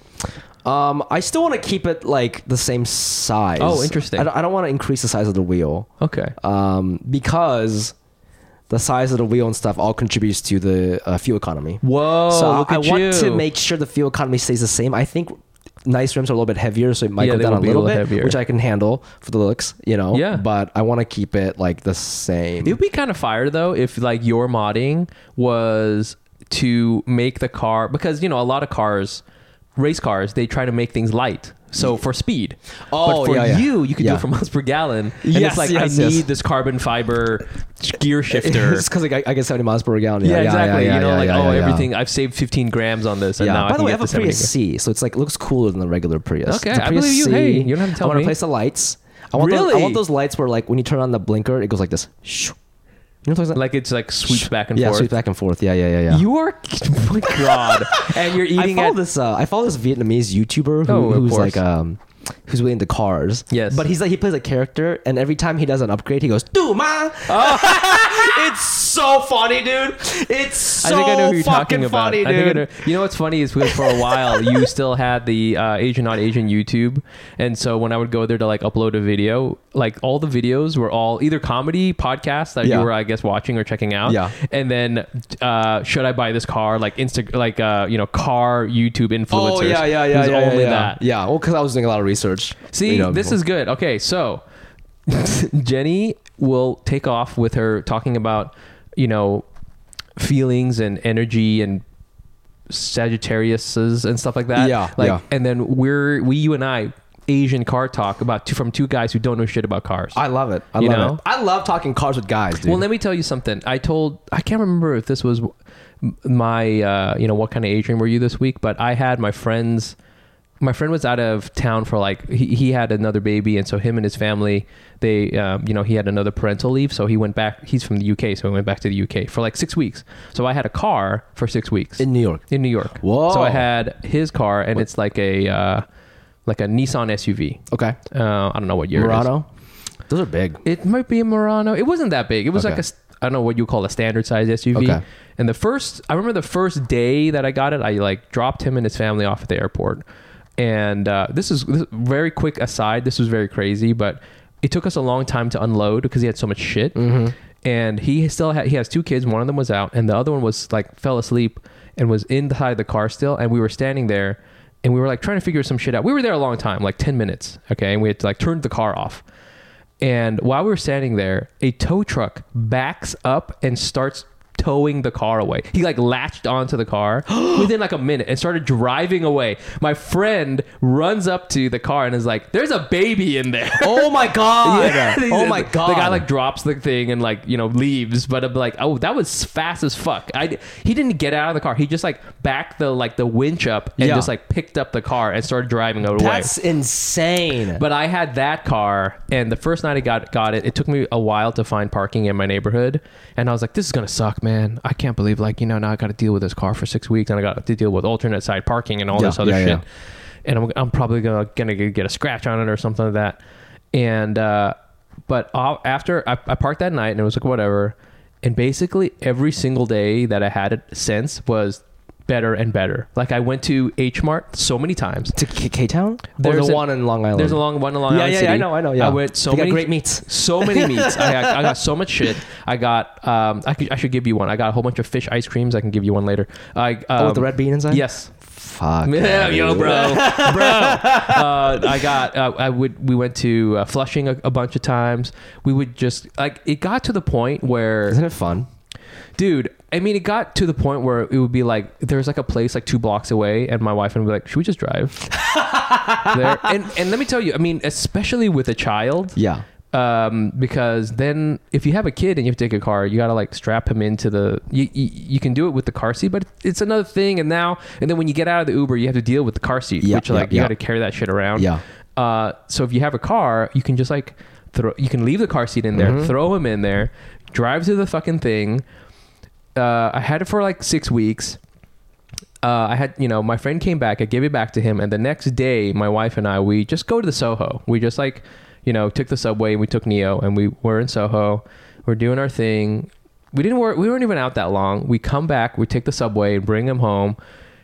Speaker 1: Um, I still want to keep it like the same size.
Speaker 2: Oh, interesting.
Speaker 1: I don't, want to increase the size of the wheel
Speaker 2: Okay.
Speaker 1: um, because the size of the wheel and stuff all contributes to the uh, fuel economy.
Speaker 2: Whoa!
Speaker 1: so I,
Speaker 2: look
Speaker 1: I
Speaker 2: at
Speaker 1: want
Speaker 2: you.
Speaker 1: to make sure the fuel economy stays the same. I think nice rims are a little bit heavier, so it might
Speaker 2: Yeah,
Speaker 1: go
Speaker 2: they
Speaker 1: down
Speaker 2: will
Speaker 1: a
Speaker 2: be a
Speaker 1: little, bit,
Speaker 2: little heavier.
Speaker 1: which I can handle for the looks, you know.
Speaker 2: Yeah.
Speaker 1: But I want to keep it like the same.
Speaker 2: It would be kind of fire though if like your modding was to make the car because you know a lot of cars, race cars, they try to make things light. So for speed,
Speaker 1: Oh,
Speaker 2: but for
Speaker 1: yeah, yeah.
Speaker 2: you, you could do
Speaker 1: Yeah.
Speaker 2: it for miles per gallon. And
Speaker 1: Yes,
Speaker 2: it's like
Speaker 1: yes,
Speaker 2: I
Speaker 1: yes.
Speaker 2: need this carbon fiber gear shifter.
Speaker 1: it's because I, I get seventy miles per gallon.
Speaker 2: yeah, exactly.
Speaker 1: yeah,
Speaker 2: you know,
Speaker 1: yeah,
Speaker 2: like
Speaker 1: yeah,
Speaker 2: oh,
Speaker 1: yeah, yeah.
Speaker 2: everything. I've saved 15 grams on this, and now
Speaker 1: By
Speaker 2: I
Speaker 1: the
Speaker 2: can
Speaker 1: way, I
Speaker 2: get
Speaker 1: have a
Speaker 2: to 70.
Speaker 1: Prius C, so it's like looks cooler than the regular Prius.
Speaker 2: Okay,
Speaker 1: It's a
Speaker 2: I
Speaker 1: Prius
Speaker 2: believe you.
Speaker 1: C.
Speaker 2: Hey, you don't have to
Speaker 1: I
Speaker 2: tell
Speaker 1: want
Speaker 2: me.
Speaker 1: to replace the lights. I want those, I
Speaker 2: Really?
Speaker 1: want those lights where like when you turn on the blinker, it goes like this. Shoo. You know what I'm talking about?
Speaker 2: Like it's like sweeps back and
Speaker 1: yeah,
Speaker 2: forth.
Speaker 1: sweeps back and forth. Yeah, yeah, yeah, yeah.
Speaker 2: You are, oh my God, and you're
Speaker 1: I
Speaker 2: eating
Speaker 1: follow
Speaker 2: at
Speaker 1: this. Uh, I follow this Vietnamese YouTuber who,
Speaker 2: Oh, of
Speaker 1: who's like
Speaker 2: course.
Speaker 1: um, who's really into cars.
Speaker 2: Yes.
Speaker 1: But he's like he plays a character, and every time he does an upgrade, he goes Duma. it's so funny, dude. It's so
Speaker 2: Oh. I think I know who you're
Speaker 1: fucking
Speaker 2: talking about.
Speaker 1: funny,
Speaker 2: I think I
Speaker 1: dude.
Speaker 2: know- you know what's funny is because for a while you still had the uh, Asian on Asian YouTube, and so when I would go there to like upload a video, like all the videos were all either comedy podcasts that
Speaker 1: Yeah.
Speaker 2: you were I guess watching or checking out,
Speaker 1: Yeah.
Speaker 2: and then uh, should I buy this car? Like Insta, like uh, you know, car YouTube influencers.
Speaker 1: Oh yeah, yeah, yeah,
Speaker 2: It was
Speaker 1: yeah, yeah,
Speaker 2: only
Speaker 1: yeah.
Speaker 2: that.
Speaker 1: Yeah, well, because I was doing a lot of research.
Speaker 2: See,
Speaker 1: you know,
Speaker 2: this
Speaker 1: before.
Speaker 2: is good. Okay, so Jenny will take off with her talking about, you know, feelings and energy and Sagittariuses and stuff like that.
Speaker 1: Yeah,
Speaker 2: like,
Speaker 1: yeah.
Speaker 2: and then we're we, you and I, Asian car talk about two, from two guys who don't know shit about cars.
Speaker 1: I love it. I
Speaker 2: You
Speaker 1: love
Speaker 2: know?
Speaker 1: it. I love talking cars with guys, dude.
Speaker 2: Well, let me tell you something. I told I can't remember if this was m- my uh, you know what kind of Adrian were you this week, but I had my friends. My friend was out of town for like he, he had another baby, and so him and his family they um, you know he had another parental leave, so he went back. He's from the UK, so he went back to the UK for like six weeks. So I had a car for six weeks
Speaker 1: in New York.
Speaker 2: in New York.
Speaker 1: Whoa.
Speaker 2: So I had his car, and it's like a uh, like a Nissan SUV.
Speaker 1: Okay.
Speaker 2: Uh, I don't know what year it is.
Speaker 1: Murano. Those are big.
Speaker 2: It might be a Murano. It wasn't that big. It was
Speaker 1: Okay.
Speaker 2: like a st- I don't know what you call a standard size SUV.
Speaker 1: Okay.
Speaker 2: And the first I remember the first day that I got it, I like dropped him and his family off at the airport. And uh, this is this, very quick aside. This was very crazy, but it took us a long time to unload because he had so much shit.
Speaker 1: Mm-hmm.
Speaker 2: And he still had he has two kids. One of them was out, and the other one was like fell asleep and was inside the car still. And we were standing there. And we were like trying to figure some shit out. We were there a long time, like 10 minutes. Okay. And we had to like turn the car off. And while we were standing there, a tow truck backs up and starts towing the car away. He like latched onto the car within like a minute and started driving away. My friend runs up to the car and is like, "There's a baby in there."
Speaker 1: Oh my god. Oh my god.
Speaker 2: The guy like drops the thing and like you know leaves, but I'm like, oh, that was fast as fuck. I he didn't get out of the car. He just like backed the like the winch up and
Speaker 1: Yeah.
Speaker 2: just like picked up the car and started driving away.
Speaker 1: That's insane.
Speaker 2: But I had that car, and the first night I got got it, it took me a while to find parking in my neighborhood, and I was like, "This is gonna suck, man. I can't believe like you know now I got to deal with this car for six weeks, and I got to deal with alternate side parking and all
Speaker 1: Yeah,
Speaker 2: this other
Speaker 1: yeah,
Speaker 2: shit,
Speaker 1: yeah.
Speaker 2: and I'm I'm probably gonna gonna get a scratch on it or something like that." And uh, but uh, after I, I parked that night, and it was like whatever, and basically every single day that I had it since was. Better and better. Like I went to H Mart so many times.
Speaker 1: to K Town?
Speaker 2: There's
Speaker 1: There's
Speaker 2: a-
Speaker 1: one in Long Island.
Speaker 2: There's a long one in Long
Speaker 1: Yeah,
Speaker 2: Island
Speaker 1: yeah, yeah,
Speaker 2: City.
Speaker 1: I know, I know, yeah.
Speaker 2: I went so
Speaker 1: They got
Speaker 2: many
Speaker 1: great meats.
Speaker 2: So many meats. I got, I got so much shit. I got. Um, I, could, I should give you one. I got a whole bunch of fish ice creams. I can give you one later. I um,
Speaker 1: Oh, with the red bean inside?
Speaker 2: Yes.
Speaker 1: Fuck.
Speaker 2: Yeah,
Speaker 1: that,
Speaker 2: yo,
Speaker 1: dude.
Speaker 2: bro, bro. Uh, I got. Uh, I would. We went to uh, Flushing a, a bunch of times. We would just like. It got to the point where
Speaker 1: Isn't it fun?
Speaker 2: dude i mean it got to the point where it would be like there's like a place like two blocks away and my wife and be like should we just drive there and and let me tell you i mean especially with a child
Speaker 1: Yeah.
Speaker 2: um because then if you have a kid and you have to take a car you gotta like strap him into the you, you you can do it with the car seat but it's another thing and now and then when you get out of the uber you have to deal with the car seat
Speaker 1: Yeah,
Speaker 2: which
Speaker 1: yeah,
Speaker 2: like you
Speaker 1: yeah.
Speaker 2: gotta carry that shit around
Speaker 1: Yeah.
Speaker 2: uh, so if you have a car, you can just like throw. You can leave the car seat in there,
Speaker 1: Mm-hmm.
Speaker 2: throw him in there, drive to the fucking thing. Uh, I had it for like six weeks. Uh, I had, you know, my friend came back. I gave it back to him, and the next day, my wife and I, we just go to the Soho. We just like, you know, took the subway. We took Neo, and we were in Soho. We're doing our thing. We didn't work. We weren't even out that long. We come back. We take the subway and bring him home.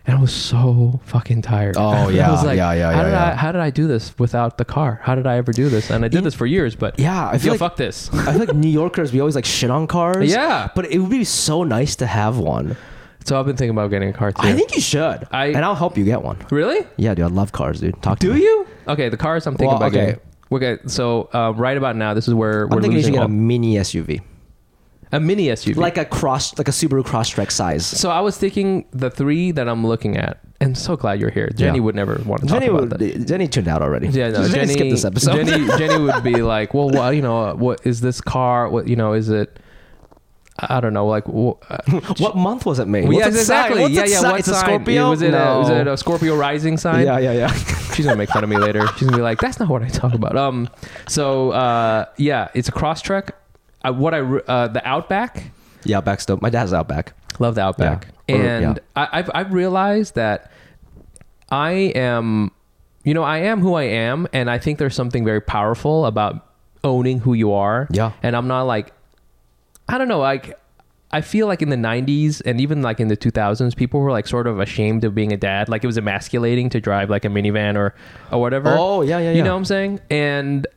Speaker 2: And I was so fucking tired.
Speaker 1: Oh,
Speaker 2: I was
Speaker 1: yeah,
Speaker 2: like,
Speaker 1: yeah, yeah,
Speaker 2: How
Speaker 1: yeah,
Speaker 2: did I
Speaker 1: yeah.
Speaker 2: how did I do this without the car? How did I ever do this? And I did this for years, but
Speaker 1: Yeah, I feel
Speaker 2: yo,
Speaker 1: like-
Speaker 2: fuck this.
Speaker 1: I feel like New Yorkers, we always like shit on cars.
Speaker 2: Yeah.
Speaker 1: But it would be so nice to have one.
Speaker 2: So I've been thinking about getting a car too.
Speaker 1: I think you should.
Speaker 2: I-
Speaker 1: and I'll help you get one.
Speaker 2: really?
Speaker 1: Yeah, dude. I love cars, dude. Talk to
Speaker 2: Do
Speaker 1: me.
Speaker 2: you? Okay, the cars I'm
Speaker 1: Well,
Speaker 2: thinking about
Speaker 1: okay.
Speaker 2: getting. We're good. So uh, right about now, this is where
Speaker 1: I'm
Speaker 2: we're
Speaker 1: thinking you should
Speaker 2: losing
Speaker 1: get a
Speaker 2: all-
Speaker 1: mini SUV,
Speaker 2: a, mini SUV.
Speaker 1: like a cross, like a Subaru Crosstrek size.
Speaker 2: so I was thinking the three that I'm looking at, and so glad you're here. Jenny
Speaker 1: Yeah.
Speaker 2: would never want to talk
Speaker 1: Jenny,
Speaker 2: about
Speaker 1: would,
Speaker 2: that.
Speaker 1: Jenny tuned out already.
Speaker 2: Yeah, no, Jenny,
Speaker 1: Jenny skipped this episode.
Speaker 2: Jenny, Jenny would be like, well, what, you know, uh, what is this car? What, you know, is it? I don't know, like, wh- uh,
Speaker 1: what month was it made?
Speaker 2: Well,
Speaker 1: What's
Speaker 2: yes,
Speaker 1: it sign?
Speaker 2: exactly.
Speaker 1: What's
Speaker 2: yeah,
Speaker 1: it
Speaker 2: yeah.
Speaker 1: sign?
Speaker 2: What
Speaker 1: it's a
Speaker 2: sign?
Speaker 1: Scorpio.
Speaker 2: Was it, a,
Speaker 1: No.
Speaker 2: was it a Scorpio rising sign?
Speaker 1: yeah, yeah, yeah.
Speaker 2: She's gonna make fun of me later. She's gonna be like, "That's not what I talk about." Um. So, uh, yeah, it's a cross truck. Uh, what I re- uh, the Outback.
Speaker 1: yeah, Backstop. My dad's out back.
Speaker 2: Love the Outback.
Speaker 1: Yeah. Or-
Speaker 2: And
Speaker 1: yeah.
Speaker 2: I, I've I've realized that I am you know, I am who I am, and I think there's something very powerful about owning who you are.
Speaker 1: Yeah.
Speaker 2: And I'm not like, I don't know, like. I feel like in the 90s and even like in the 2000s, people were like sort of ashamed of being a dad. Like it was emasculating to drive like a minivan or, or whatever.
Speaker 1: Oh, yeah, yeah,
Speaker 2: You
Speaker 1: yeah.
Speaker 2: know what I'm saying? And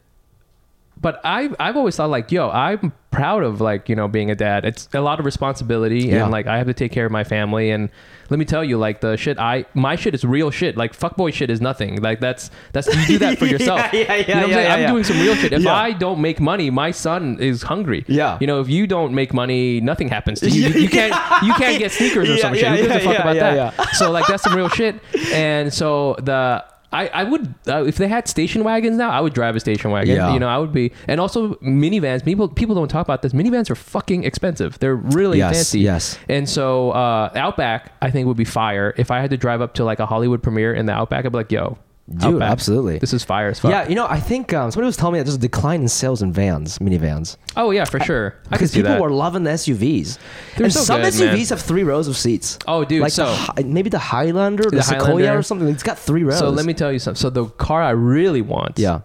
Speaker 2: but I've I've always thought like, yo, I'm proud of like you know being a dad. It's a lot of responsibility,
Speaker 1: Yeah.
Speaker 2: and like I have to take care of my family. And let me tell you, like the shit I my shit is real shit. Like fuckboy shit is nothing. Like that's that's you do that for
Speaker 1: Yeah,
Speaker 2: yourself.
Speaker 1: yeah, yeah,
Speaker 2: you know what I'm,
Speaker 1: yeah,
Speaker 2: saying?
Speaker 1: yeah,
Speaker 2: I'm
Speaker 1: yeah.
Speaker 2: doing some real shit. If
Speaker 1: Yeah.
Speaker 2: I don't make money, my son is hungry.
Speaker 1: Yeah.
Speaker 2: you know if you don't make money, nothing happens to you. You, you can't you can't get sneakers or
Speaker 1: Yeah,
Speaker 2: some shit.
Speaker 1: yeah,
Speaker 2: Who gives a
Speaker 1: yeah,
Speaker 2: fuck
Speaker 1: yeah,
Speaker 2: about
Speaker 1: yeah,
Speaker 2: that?
Speaker 1: yeah.
Speaker 2: so like that's some real shit and so the I, I would uh, if they had station wagons now I would drive a station wagon
Speaker 1: Yeah.
Speaker 2: you know I would be and also minivans people people don't talk about this minivans are fucking expensive they're really
Speaker 1: Yes,
Speaker 2: fancy
Speaker 1: yes.
Speaker 2: and so uh, Outback I think would be fire if I had to drive up to like a Hollywood premiere in the Outback I'd be like yo
Speaker 1: Dude,
Speaker 2: Outback,
Speaker 1: absolutely.
Speaker 2: this is fire as fuck
Speaker 1: Yeah, you know, I think um, somebody was telling me that there's a decline in sales in vans, minivans,
Speaker 2: oh yeah for sure I could
Speaker 1: because
Speaker 2: see
Speaker 1: people
Speaker 2: that.
Speaker 1: were loving the SUVs.
Speaker 2: They're
Speaker 1: and
Speaker 2: so
Speaker 1: some
Speaker 2: good,
Speaker 1: SUVs
Speaker 2: man.
Speaker 1: have three rows of seats.
Speaker 2: Oh, dude,
Speaker 1: like the
Speaker 2: so-
Speaker 1: Hi- maybe the Highlander, the, Sequoia,
Speaker 2: Highlander.
Speaker 1: or something. It's got three rows.
Speaker 2: so let me tell you something so the car I really want
Speaker 1: Yeah.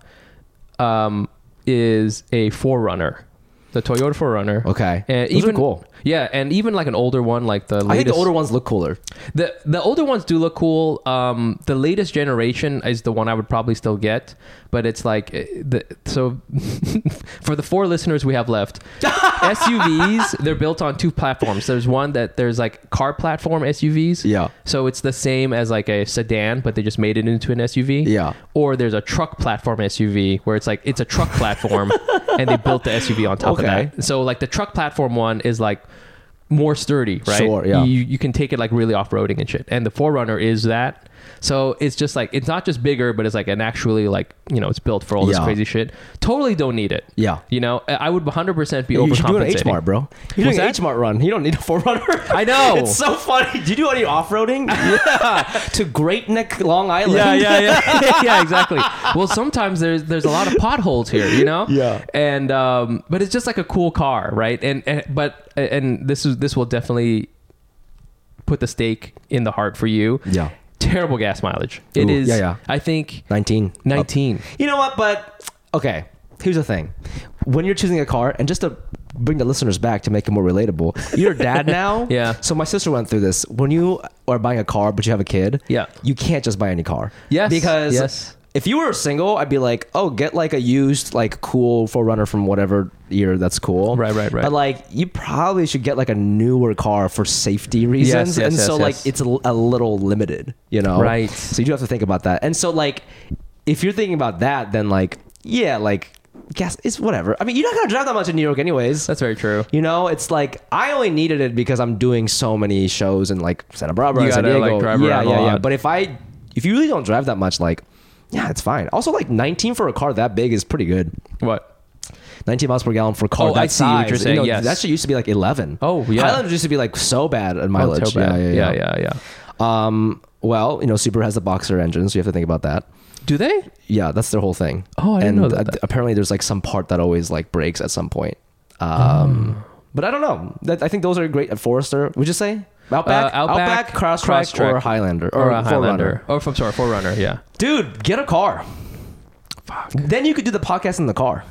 Speaker 2: um, is a Forerunner, the Toyota Forerunner.
Speaker 1: Okay.
Speaker 2: and
Speaker 1: Those are
Speaker 2: even
Speaker 1: cool.
Speaker 2: Yeah, and even like an older one, like the latest.
Speaker 1: I think the older ones look cooler.
Speaker 2: the, the older ones do look cool. Um, the latest generation is the one I would probably still get, but it's like eh, the so for the four listeners we have left, SUVs they're built on two platforms. There's one that there's like car platform SUVs.
Speaker 1: Yeah.
Speaker 2: So it's the same as like a sedan, but they just made it into an SUV.
Speaker 1: Yeah.
Speaker 2: Or there's a truck platform SUV where it's like it's a truck platform and they built the SUV on top
Speaker 1: Okay.
Speaker 2: of that. So like the truck platform one is like more sturdy, right?
Speaker 1: Sure, yeah.
Speaker 2: You you can take it like really off roading and shit. And the Forerunner is that. So it's just like it's not just bigger, but it's like an actually like you know it's built for all this
Speaker 1: Yeah.
Speaker 2: crazy shit. Totally don't need it.
Speaker 1: Yeah.
Speaker 2: You know I I would 100 percent be
Speaker 1: You should do an
Speaker 2: overcompensating.
Speaker 1: H Mart, bro. You're
Speaker 2: What's
Speaker 1: doing an
Speaker 2: that?
Speaker 1: H Mart run. You don't need a forerunner.
Speaker 2: I know.
Speaker 1: It's so funny. Do you do any off roading? Yeah. to Great Neck, Long Island.
Speaker 2: Yeah, yeah, yeah, yeah. Exactly. Well, sometimes there's there's a lot of potholes here, you know.
Speaker 1: Yeah.
Speaker 2: And um, but it's just like a cool car, right? And, and but and this is this will definitely put the stake in the heart for you.
Speaker 1: Yeah.
Speaker 2: Terrible gas mileage. It
Speaker 1: Ooh,
Speaker 2: is.
Speaker 1: yeah, yeah.
Speaker 2: I think
Speaker 1: 19. Up.
Speaker 2: nineteen.
Speaker 1: You know what? But okay, here's the thing: when you're choosing a car, and just to bring the listeners back to make it more relatable, you're a dad now.
Speaker 2: Yeah.
Speaker 1: So my sister went through this. When you are buying a car, but you have a kid.
Speaker 2: Yeah.
Speaker 1: You can't just buy any car.
Speaker 2: Yes,
Speaker 1: Because
Speaker 2: yes.
Speaker 1: If you were single, I'd be like, "Oh, get like a used, like cool Forerunner from whatever year that's cool."
Speaker 2: Right, right, right.
Speaker 1: But like, you probably should get like a newer car for safety reasons,
Speaker 2: yes,
Speaker 1: and
Speaker 2: yes,
Speaker 1: so like
Speaker 2: yes.
Speaker 1: it's a, a little limited, you know?
Speaker 2: Right.
Speaker 1: So you do have to think about that. And so like if you're thinking about that, then like yeah, like gas it's whatever. I mean you're not gonna drive that much in New York anyways.
Speaker 2: That's very true.
Speaker 1: you know, it's like I only needed it because I'm doing so many shows in like Santa Barbara,
Speaker 2: You
Speaker 1: and San
Speaker 2: gotta, like,
Speaker 1: Diego.
Speaker 2: drive
Speaker 1: yeah,
Speaker 2: around a
Speaker 1: yeah, yeah.
Speaker 2: lot.
Speaker 1: But if I if you really don't drive that much, like yeah, it's fine. Also, like 19 for a car that big is pretty good.
Speaker 2: What?
Speaker 1: 19 miles per gallon for a car
Speaker 2: Oh,
Speaker 1: that
Speaker 2: I see what
Speaker 1: size.
Speaker 2: you're
Speaker 1: You
Speaker 2: saying,
Speaker 1: know,
Speaker 2: yes.
Speaker 1: That shit used to be like 11.
Speaker 2: Oh, yeah. Oh,
Speaker 1: Highlanders used to be like so bad at mileage.
Speaker 2: so bad.
Speaker 1: Yeah, yeah, yeah.
Speaker 2: yeah, yeah.
Speaker 1: Um, well, you know, Super has the boxer engine, so you have to think about that.
Speaker 2: Do they?
Speaker 1: Yeah, that's their whole thing.
Speaker 2: Oh, I didn't
Speaker 1: and
Speaker 2: know that.
Speaker 1: th- apparently, there's like some part that always like breaks at some point. Um,
Speaker 2: Ah.
Speaker 1: but I don't know. That, I think those are great at Forester. Would you say Outback,
Speaker 2: Uh, Outback,
Speaker 1: Crosstrek,
Speaker 2: Crosstrek,
Speaker 1: or Highlander
Speaker 2: Or,
Speaker 1: or,
Speaker 2: a Highlander?
Speaker 1: Forerunner?
Speaker 2: Or I'm sorry, Forerunner. Yeah.
Speaker 1: Dude, get a car. Fuck. Then you could do the podcast in the car.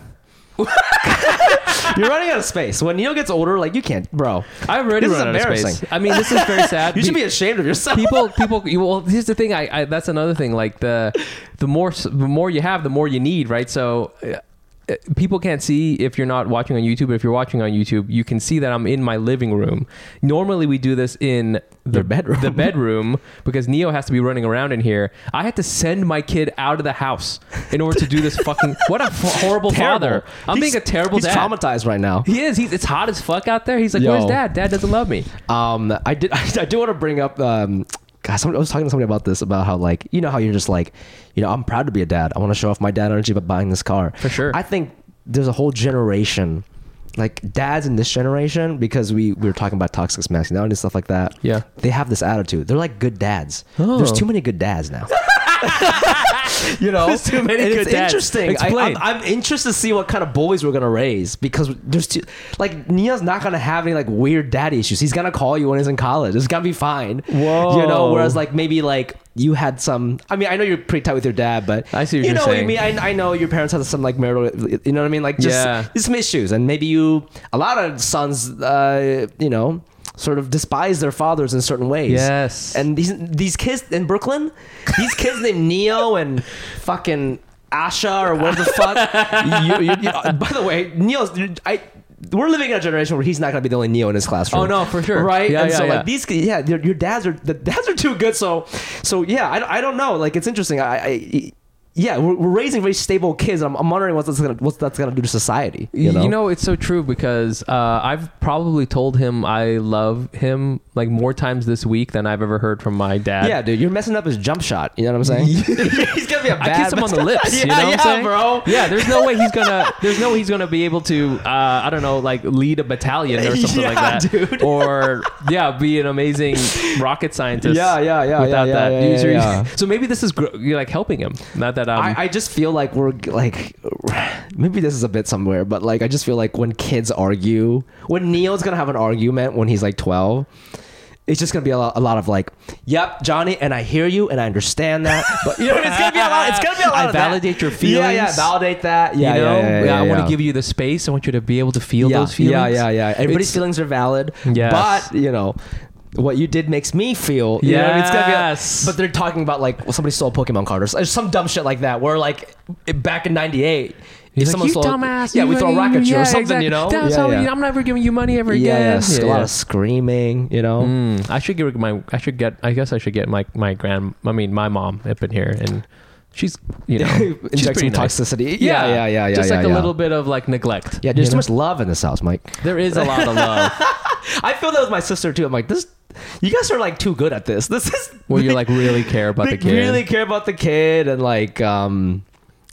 Speaker 1: You're running out of space. When Neil gets older, like you can't, bro.
Speaker 2: I already
Speaker 1: This is
Speaker 2: run out of space.
Speaker 1: embarrassing.
Speaker 2: I mean, this is very sad.
Speaker 1: You should
Speaker 2: Be-
Speaker 1: be ashamed of yourself.
Speaker 2: people people you- well here's the thing I, I that's another thing like the the more s- the more you have the more you need right so uh, uh, people can't see if you're not watching on youtube if you're watching on youtube you can see that i'm in my living room normally we do this in the
Speaker 1: Your bedroom.
Speaker 2: the bedroom because neo has to be running around in here i had to send my kid out of the house in order to do this fucking what a f- horrible father i'm
Speaker 1: He's-
Speaker 2: being a terrible
Speaker 1: he's
Speaker 2: dad
Speaker 1: traumatized right now.
Speaker 2: he is he's it's hot as fuck out there he's like
Speaker 1: Yo.
Speaker 2: where's dad dad doesn't love me
Speaker 1: Um, I did. I, do want to bring up. Um, God, somebody, I was talking to somebody about this about how like you know how you're just like, you know, I'm proud to be a dad. I want to show off my dad energy by buying this car.
Speaker 2: For sure.
Speaker 1: I think there's a whole generation, like dads in this generation, because we we were talking about toxic masculinity and stuff like that.
Speaker 2: Yeah.
Speaker 1: they have this attitude. They're like good dads.
Speaker 2: Oh.
Speaker 1: There's too many good dads now. you know,
Speaker 2: There's too many
Speaker 1: And it's
Speaker 2: good dads.
Speaker 1: interesting. I,
Speaker 2: Explain.
Speaker 1: I'm, I'm interested to see what kind of boys we're gonna raise because there's too, like Nia's not gonna have any like weird daddy issues. He's gonna call you when he's in college. It's gonna be fine.
Speaker 2: Whoa.
Speaker 1: you know. Whereas like maybe like you had some. I mean, I know you're pretty tight with your dad, but
Speaker 2: I see what
Speaker 1: you
Speaker 2: you're
Speaker 1: know
Speaker 2: saying.
Speaker 1: what I mean. I, I know your parents had some like marital. You know what I mean? Like just
Speaker 2: Yeah.
Speaker 1: just some issues, and maybe you a lot of sons. Uh, you know. Sort of despise their fathers in certain ways.
Speaker 2: Yes.
Speaker 1: and these these kids in Brooklyn, these kids named Neo and fucking Asha or what the fuck. You- you- you- by the way, Neo's I. We're living in a generation where he's not going to be the only Neo in his classroom.
Speaker 2: Oh, no, for sure.
Speaker 1: right?
Speaker 2: Yeah,
Speaker 1: and
Speaker 2: yeah,
Speaker 1: so
Speaker 2: yeah.
Speaker 1: like these, yeah, your, your dads are the dads are too good. So, so yeah, I, I don't know. Like it's interesting. I, I yeah, we're, we're raising very stable kids. I'm, I'm wondering what's that's going to what's that's going to do to society. You know,
Speaker 2: it's so true because uh, I've probably told him I love him like more times this week than I've ever heard from my dad.
Speaker 1: yeah, dude, you're messing up his jump shot. You know what I'm saying? he's going to be a bad.
Speaker 2: I kiss him on the lips.
Speaker 1: yeah,
Speaker 2: you know what
Speaker 1: yeah,
Speaker 2: I'm saying?
Speaker 1: bro.
Speaker 2: Yeah, there's no way he's gonna. There's no way he's gonna be able to. Uh, I don't know, like lead a battalion or something like
Speaker 1: Yeah,
Speaker 2: that,
Speaker 1: dude.
Speaker 2: or yeah, be an amazing rocket scientist.
Speaker 1: Yeah, yeah, yeah, yeah,
Speaker 2: Without
Speaker 1: yeah,
Speaker 2: that,
Speaker 1: yeah, yeah,
Speaker 2: So-
Speaker 1: yeah.
Speaker 2: so maybe this is gr- you're like helping him. Not that um,
Speaker 1: I, I just feel like we're like maybe this is a bit somewhere, but like I just feel like when kids argue, when Neo's gonna have an argument when he's like twelve, it's just gonna be a lot, a lot of like, "Yep, Johnny," and I hear you and I understand that, but you know it's gonna be a lot. It's gonna be a lot.
Speaker 2: I
Speaker 1: of that.
Speaker 2: validate your
Speaker 1: Yeah, yeah,
Speaker 2: feelings.
Speaker 1: validate that. Yeah,
Speaker 2: you know,
Speaker 1: yeah, yeah, yeah,
Speaker 2: I want
Speaker 1: yeah.
Speaker 2: to give you the space. I want you to be able to feel
Speaker 1: yeah,
Speaker 2: those feelings.
Speaker 1: Yeah, yeah, yeah. Everybody's
Speaker 2: It's-
Speaker 1: feelings are valid.
Speaker 2: Yes.
Speaker 1: But, you know, what you did makes me feel. You know what I mean? It's gonna be like-
Speaker 2: Yes.
Speaker 1: but they're talking about, like, well, somebody stole a Pokemon card or s- some dumb shit like that, where, like, it- back in 98,
Speaker 2: He's
Speaker 1: if
Speaker 2: like,
Speaker 1: someone
Speaker 2: you
Speaker 1: stole,
Speaker 2: dumbass.
Speaker 1: Yeah,
Speaker 2: you
Speaker 1: we throw a
Speaker 2: already-
Speaker 1: rock at you
Speaker 2: yeah,
Speaker 1: or something,
Speaker 2: exactly.
Speaker 1: you know?
Speaker 2: That's
Speaker 1: yeah,
Speaker 2: how we-
Speaker 1: yeah.
Speaker 2: I'm never giving you money ever
Speaker 1: yeah, yeah,
Speaker 2: again.
Speaker 1: sc- a lot of screaming, you know?
Speaker 2: Mm, I should get my. I should get. I guess I should get my my grand. I mean, my mom up in here, and she's you know she's
Speaker 1: Inject
Speaker 2: pretty
Speaker 1: some
Speaker 2: nice.
Speaker 1: toxicity. Yeah, yeah, yeah, yeah.
Speaker 2: Just
Speaker 1: yeah,
Speaker 2: like a
Speaker 1: yeah.
Speaker 2: little bit of like neglect.
Speaker 1: Yeah, there's too
Speaker 2: you know?
Speaker 1: much love in this house, Mike.
Speaker 2: There is a lot of love
Speaker 1: I feel that with my sister too. I'm like, this, you guys are like too good at this. This is
Speaker 2: where you like really care about the
Speaker 1: they
Speaker 2: kid.
Speaker 1: really care about the kid and like um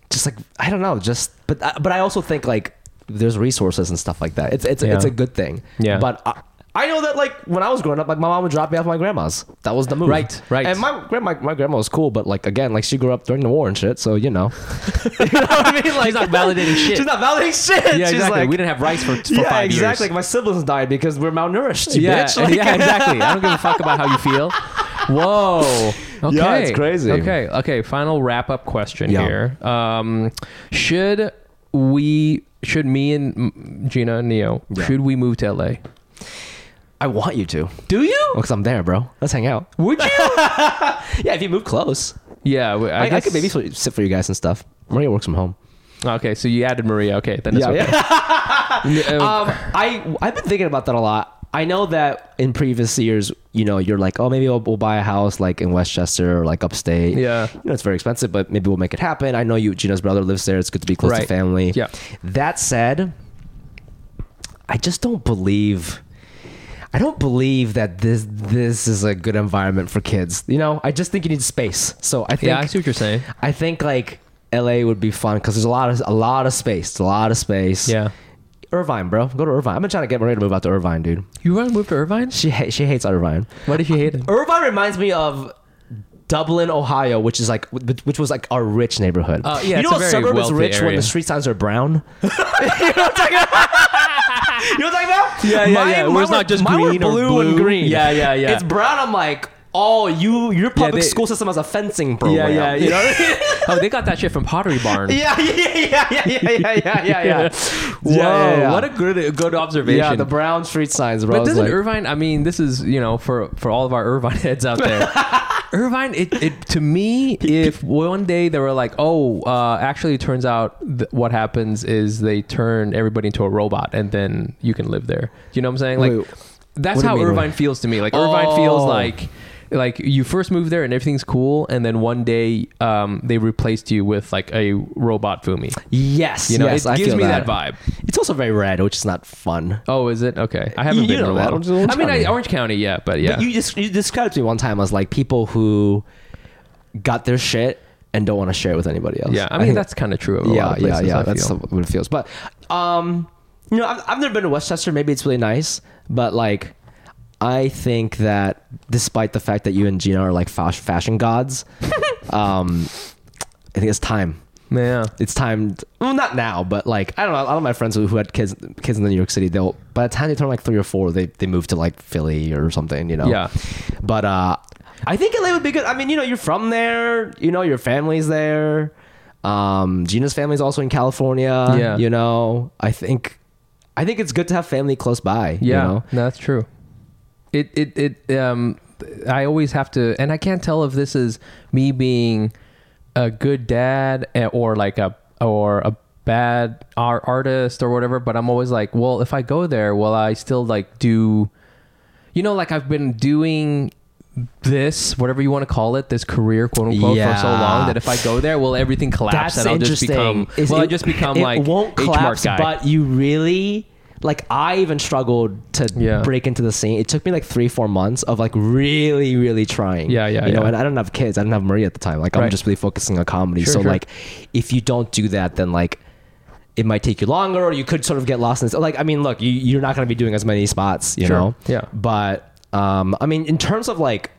Speaker 1: just like i don't know just but uh, but i also think like there's resources and stuff like that it's it's it's
Speaker 2: Yeah.
Speaker 1: a good thing
Speaker 2: Yeah.
Speaker 1: but I, I know that like when i was growing up like my mom would drop me off at my grandma's that was the move
Speaker 2: Right, right.
Speaker 1: and my grandma my grandma was cool but like again like she grew up during the war and shit so you know you know what i mean like
Speaker 2: She's not validating shit.
Speaker 1: she's not validating shit
Speaker 2: yeah,
Speaker 1: she's
Speaker 2: exactly.
Speaker 1: like
Speaker 2: we didn't have rice for, for
Speaker 1: yeah
Speaker 2: five
Speaker 1: exactly
Speaker 2: years.
Speaker 1: my siblings died because we're malnourished you
Speaker 2: yeah,
Speaker 1: bitch Like-
Speaker 2: yeah, exactly. I don't give a fuck about how you feel. Whoa. Okay.
Speaker 1: Yeah, it's crazy.
Speaker 2: Okay. Okay. Final wrap up question
Speaker 1: Yeah.
Speaker 2: here. Um, should we? Should me and mm, Gina and Neo?
Speaker 1: Yeah.
Speaker 2: Should we move to LA?
Speaker 1: i want you to
Speaker 2: Do you?
Speaker 1: because i'm there bro let's hang out
Speaker 2: Would you?
Speaker 1: yeah if you move close
Speaker 2: yeah. w-
Speaker 1: I,
Speaker 2: I,
Speaker 1: I,
Speaker 2: guess.
Speaker 1: could maybe sort of sit for you guys and stuff. Maria works from home.
Speaker 2: Okay. So you added Maria. Okay. Then it's okay. N- uh,
Speaker 1: um, I I've been thinking about that a lot. I know that in previous years, you know, you're like, oh, maybe we'll, we'll buy a house like in Westchester or like upstate.
Speaker 2: Yeah.
Speaker 1: you know, it's very expensive, but maybe we'll make it happen. I know you, Gina's brother lives there. It's good to be close
Speaker 2: Right.
Speaker 1: to family.
Speaker 2: Yeah.
Speaker 1: That said, I just don't believe. I don't believe that this this is a good environment for kids. You know, I just think you need space. So I think
Speaker 2: yeah. I see what you're saying.
Speaker 1: I think like LA would be fun because there's a lot of a lot of space, a lot of space.
Speaker 2: Yeah.
Speaker 1: Irvine, bro, go to Irvine. I've been trying to get Maria to move out to Irvine, dude.
Speaker 2: You want to move to Irvine?
Speaker 1: She ha- she hates Irvine.
Speaker 2: Why did you hate it?
Speaker 1: Irvine reminds me of Dublin, Ohio, which is like which was like our rich neighborhood.
Speaker 2: Uh, yeah,
Speaker 1: you know
Speaker 2: it's a
Speaker 1: what
Speaker 2: very
Speaker 1: suburb is
Speaker 2: wealthy
Speaker 1: rich when
Speaker 2: area.
Speaker 1: the street signs are brown. you know what I'm talking about? you know what I'm talking about?
Speaker 2: Yeah, yeah, yeah. Where it's
Speaker 1: were-
Speaker 2: not just
Speaker 1: mine were
Speaker 2: green or
Speaker 1: blue, and
Speaker 2: blue.
Speaker 1: green.
Speaker 2: Yeah, yeah, yeah.
Speaker 1: It's brown. I'm like, oh, you your public
Speaker 2: they-
Speaker 1: school system has a fencing program.
Speaker 2: yeah,
Speaker 1: You know what I mean?
Speaker 2: Oh, they got that shit from Pottery Barn.
Speaker 1: Yeah, yeah, yeah, yeah, yeah, yeah, yeah, yeah, yeah.
Speaker 2: Whoa, what a good a good observation.
Speaker 1: yeah, the brown street signs, bro.
Speaker 2: but
Speaker 1: It's
Speaker 2: doesn't
Speaker 1: like-
Speaker 2: Irvine? I mean, this is you know for for all of our Irvine heads out there. Irvine, it, it to me, if one day they were like, oh, uh, actually, it turns out th- what happens is they turn everybody into a robot, and then you can live there. You know what I'm saying? Like
Speaker 1: Wait,
Speaker 2: that's
Speaker 1: what do you
Speaker 2: how
Speaker 1: mean,
Speaker 2: Irvine
Speaker 1: like-
Speaker 2: feels to me. Like Irvine feels
Speaker 1: Oh.
Speaker 2: like like you first move there and everything's cool, and then one day um, they replaced you with like a robot Fumi.
Speaker 1: yes,
Speaker 2: You know,
Speaker 1: yes,
Speaker 2: it
Speaker 1: I
Speaker 2: gives
Speaker 1: feel
Speaker 2: me
Speaker 1: that.
Speaker 2: that vibe.
Speaker 1: It's also very red, which is not fun.
Speaker 2: Oh, is it? Okay. I haven't
Speaker 1: You
Speaker 2: been
Speaker 1: know
Speaker 2: to
Speaker 1: that.
Speaker 2: Orange.
Speaker 1: Orange- Orange
Speaker 2: I mean, I,
Speaker 1: County.
Speaker 2: Orange County, yeah, but yeah.
Speaker 1: But you just you described to me one time as like people who got their shit and don't want to share it with anybody else.
Speaker 2: yeah, I mean,
Speaker 1: think-
Speaker 2: that's kind of true of a lot of places, I
Speaker 1: that's
Speaker 2: feel.
Speaker 1: what it feels. But um, you know, I've, I've never been to Westchester. Maybe it's really nice, but like, I think that despite the fact that you and Gina are like fas- fashion gods, Um, I think it's time.
Speaker 2: Yeah.
Speaker 1: It's time. Well, not now, but like I don't know. A lot of my friends who who had kids kids in New York City, they'll by the time they turn like three or four, they they move to like Philly or something. You know.
Speaker 2: Yeah.
Speaker 1: But uh, I think LA would be good. I mean, you know, you're from there. You know, your family's there. Um, Gina's family's also in California.
Speaker 2: Yeah.
Speaker 1: You know, I think. I think it's good to have family close by.
Speaker 2: Yeah,
Speaker 1: You know?
Speaker 2: no, that's true. It it it um I always have to and I can't tell if this is me being a good dad eh, or like a or a bad ar- artist or whatever, but I'm always like, well, if I go there, will I still like do you know like I've been doing this, whatever you want to call it, this career, quote unquote, for so
Speaker 1: Yeah.
Speaker 2: long that if I go there, will everything collapse
Speaker 1: That's
Speaker 2: and I'll just
Speaker 1: interesting.
Speaker 2: become
Speaker 1: Is
Speaker 2: well,
Speaker 1: it-
Speaker 2: I just become
Speaker 1: it
Speaker 2: like
Speaker 1: won't
Speaker 2: H-Mart
Speaker 1: collapse,
Speaker 2: guy.
Speaker 1: but you really like I even struggled to
Speaker 2: Yeah.
Speaker 1: break into the scene. It took me like three, four months of like really, really trying.
Speaker 2: Yeah, yeah,
Speaker 1: You know,
Speaker 2: yeah.
Speaker 1: and I don't have kids. I didn't have Maria at the time. Like I'm
Speaker 2: Right.
Speaker 1: just really focusing on comedy.
Speaker 2: Sure,
Speaker 1: so
Speaker 2: sure.
Speaker 1: like, if you don't do that, then like. It might take you longer, or you could sort of get lost in this. Like, I mean, look, you, you're not going to be doing as many spots, you
Speaker 2: Sure.
Speaker 1: know.
Speaker 2: Yeah.
Speaker 1: But um, I mean, in terms of like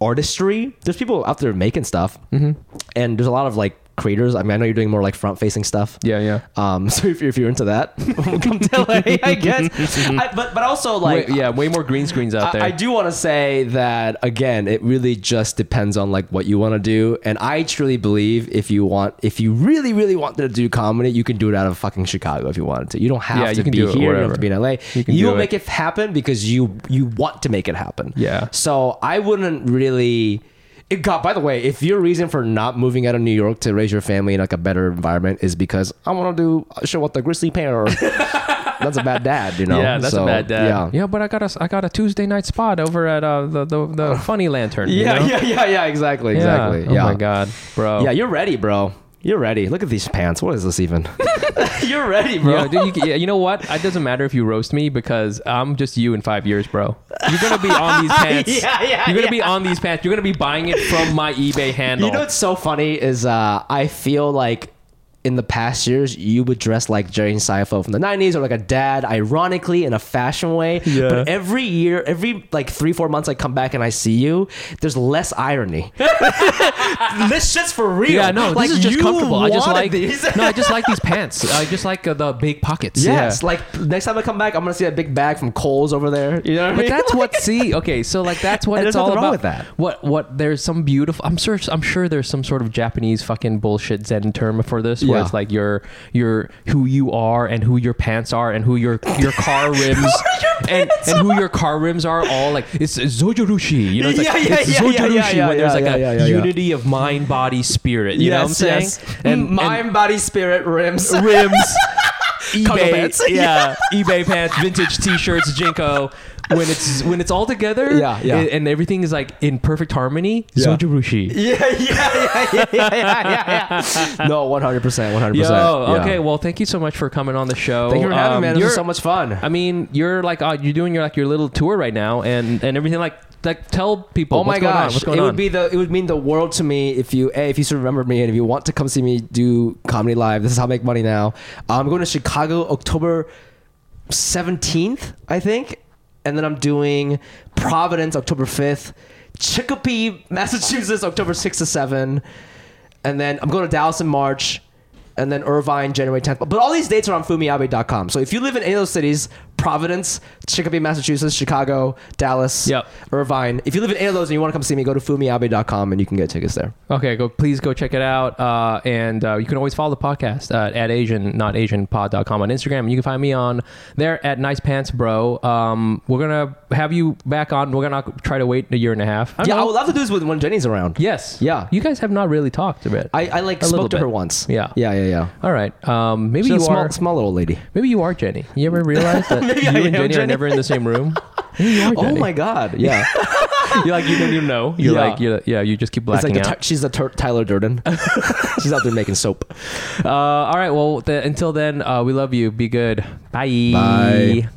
Speaker 1: artistry. There's people out there making stuff,
Speaker 2: Mm-hmm.
Speaker 1: and there's a lot of like creators. I mean, I know you're doing more like front facing stuff.
Speaker 2: yeah, yeah.
Speaker 1: Um, so if you're, if you're into that, come to LA, I guess.
Speaker 2: Mm-hmm.
Speaker 1: I, but but also like
Speaker 2: Way- yeah, way more green screens out there.
Speaker 1: I, I do want to say that again. It really just depends on like what you want to do, and I truly believe if you want, if you really, really wanted to do comedy, you can do it out of fucking Chicago if you wanted to. You don't have
Speaker 2: Yeah,
Speaker 1: to
Speaker 2: you can
Speaker 1: be
Speaker 2: do
Speaker 1: here.
Speaker 2: it
Speaker 1: You don't
Speaker 2: wherever.
Speaker 1: have to be in LA.
Speaker 2: You
Speaker 1: You,
Speaker 2: can do
Speaker 1: will
Speaker 2: it.
Speaker 1: make it happen because you you want to make it happen.
Speaker 2: Yeah.
Speaker 1: So I wouldn't really. It got, by the way, if your reason for not moving out of New York to raise your family in like a better environment is because I want to do a show with the grizzly bear, that's a bad dad, you know.
Speaker 2: Yeah, that's
Speaker 1: So,
Speaker 2: a bad dad.
Speaker 1: Yeah,
Speaker 2: but I got a I got a Tuesday night spot over at uh, the, the the Funny Lantern. you
Speaker 1: Yeah,
Speaker 2: know?
Speaker 1: yeah, yeah, yeah. Exactly,
Speaker 2: Yeah.
Speaker 1: exactly. Yeah.
Speaker 2: Oh my god, bro.
Speaker 1: Yeah, you're ready, bro. You're ready. Look at these pants. What is this even? you're ready, bro.
Speaker 2: Yo, dude, you, yeah, you know what? It doesn't matter if you roast me because I'm just you in five years, bro. You're gonna be on these pants.
Speaker 1: Yeah, yeah,
Speaker 2: You're gonna
Speaker 1: yeah.
Speaker 2: be on these pants. You're gonna be buying it from my eBay handle.
Speaker 1: you know what's so funny is uh, I feel like in the past years you would dress like Jerry Seinfeld from the '90s or like a dad, ironically in a fashion way.
Speaker 2: Yeah.
Speaker 1: But every year, every like three, four months, I come back and I see you. There's less irony. this shit's for real.
Speaker 2: yeah, no,
Speaker 1: Like,
Speaker 2: this is just
Speaker 1: you
Speaker 2: comfortable. I just
Speaker 1: wanted
Speaker 2: like
Speaker 1: these.
Speaker 2: no, I just like these pants. I just like uh, the big pockets.
Speaker 1: Yes,
Speaker 2: Yeah.
Speaker 1: like next time I come back, I'm gonna see that big bag from Coles over there. You know what I
Speaker 2: But
Speaker 1: mean?
Speaker 2: that's what see okay so like that's what
Speaker 1: And
Speaker 2: it's
Speaker 1: there's
Speaker 2: all
Speaker 1: nothing
Speaker 2: about
Speaker 1: wrong with that.
Speaker 2: what what there's some beautiful I'm sure I'm sure there's some sort of Japanese fucking bullshit Zen term for this where
Speaker 1: Yeah.
Speaker 2: it's like your your who you are and who your pants are and who your your car rims and, and who your car rims are all like it's Zojorushi you know it's like
Speaker 1: Yeah, yeah,
Speaker 2: it's
Speaker 1: yeah, yeah,
Speaker 2: Zojorushi
Speaker 1: yeah, yeah,
Speaker 2: when there's like
Speaker 1: yeah,
Speaker 2: a
Speaker 1: yeah, yeah, yeah.
Speaker 2: unity of mind body spirit you know what I'm saying
Speaker 1: And Mm, mind, body, spirit, rims.
Speaker 2: rims, eBay,
Speaker 1: Cargo pants.
Speaker 2: yeah, eBay pants, vintage T-shirts, Jinko. When it's when it's all together,
Speaker 1: Yeah, yeah.
Speaker 2: and, and everything is like in perfect harmony,
Speaker 1: Yeah.
Speaker 2: Zojurushi.
Speaker 1: Yeah, yeah, yeah, yeah, yeah, yeah, yeah. No, one hundred percent, one hundred
Speaker 2: Yo,
Speaker 1: percent.
Speaker 2: okay, well, thank you so much for coming on the show.
Speaker 1: Thank you for having
Speaker 2: Um,
Speaker 1: me. man. This
Speaker 2: you're-
Speaker 1: was so much fun.
Speaker 2: I mean, you're like uh, you're doing your like your little tour right now, and and everything like like tell people.
Speaker 1: Oh my
Speaker 2: what's going on,
Speaker 1: gosh,
Speaker 2: what's going
Speaker 1: it
Speaker 2: on?
Speaker 1: would be the it would mean the world to me if you a if you still remember me and if you want to come see me do comedy live. This is how I make money now. Um, I'm going to Chicago October 17th, I think, and then I'm doing Providence October 5th, Chicopee, Massachusetts October 6 to 7, and then I'm going to Dallas in March. And then Irvine, January 10th. But all these dates are on fumiabe.com. So if you live in any of those cities, Providence, Chicopee, Massachusetts, Chicago, Dallas,
Speaker 2: Yep.
Speaker 1: Irvine. If you live in any of those and you want to come see me, go to fumiabe.com and you can get tickets there.
Speaker 2: Okay, go please go check it out. Uh, and uh, you can always follow the podcast uh, at Asian not Asian pod.com on Instagram. And you can find me on there at Nice Pants Bro. Um, we're gonna have you back on. We're gonna try to wait a year and a half. I don't
Speaker 1: yeah, I
Speaker 2: know.
Speaker 1: would love to do this with when Jenny's around.
Speaker 2: yes.
Speaker 1: Yeah.
Speaker 2: You guys have not really talked a bit.
Speaker 1: I, I like
Speaker 2: A little
Speaker 1: spoke to
Speaker 2: bit.
Speaker 1: her once.
Speaker 2: Yeah.
Speaker 1: Yeah, yeah, yeah.
Speaker 2: All right. Um, maybe
Speaker 1: She's
Speaker 2: you
Speaker 1: a small,
Speaker 2: are.
Speaker 1: small little lady.
Speaker 2: Maybe you are Jenny. You ever realize that
Speaker 1: I
Speaker 2: you and
Speaker 1: am
Speaker 2: Jenny, are
Speaker 1: Jenny.
Speaker 2: never in the same room? Maybe you are
Speaker 1: Oh
Speaker 2: Jenny.
Speaker 1: my God. Yeah.
Speaker 2: You're like you don't even know. You're
Speaker 1: Yeah.
Speaker 2: like you're, yeah. You just keep
Speaker 1: it's like
Speaker 2: blacking
Speaker 1: the,
Speaker 2: out.
Speaker 1: Ty- she's the Tur- Tyler Durden. she's out there making soap.
Speaker 2: Uh, all right. Well, th- until then, uh, we love you. Be good. Bye.
Speaker 1: Bye.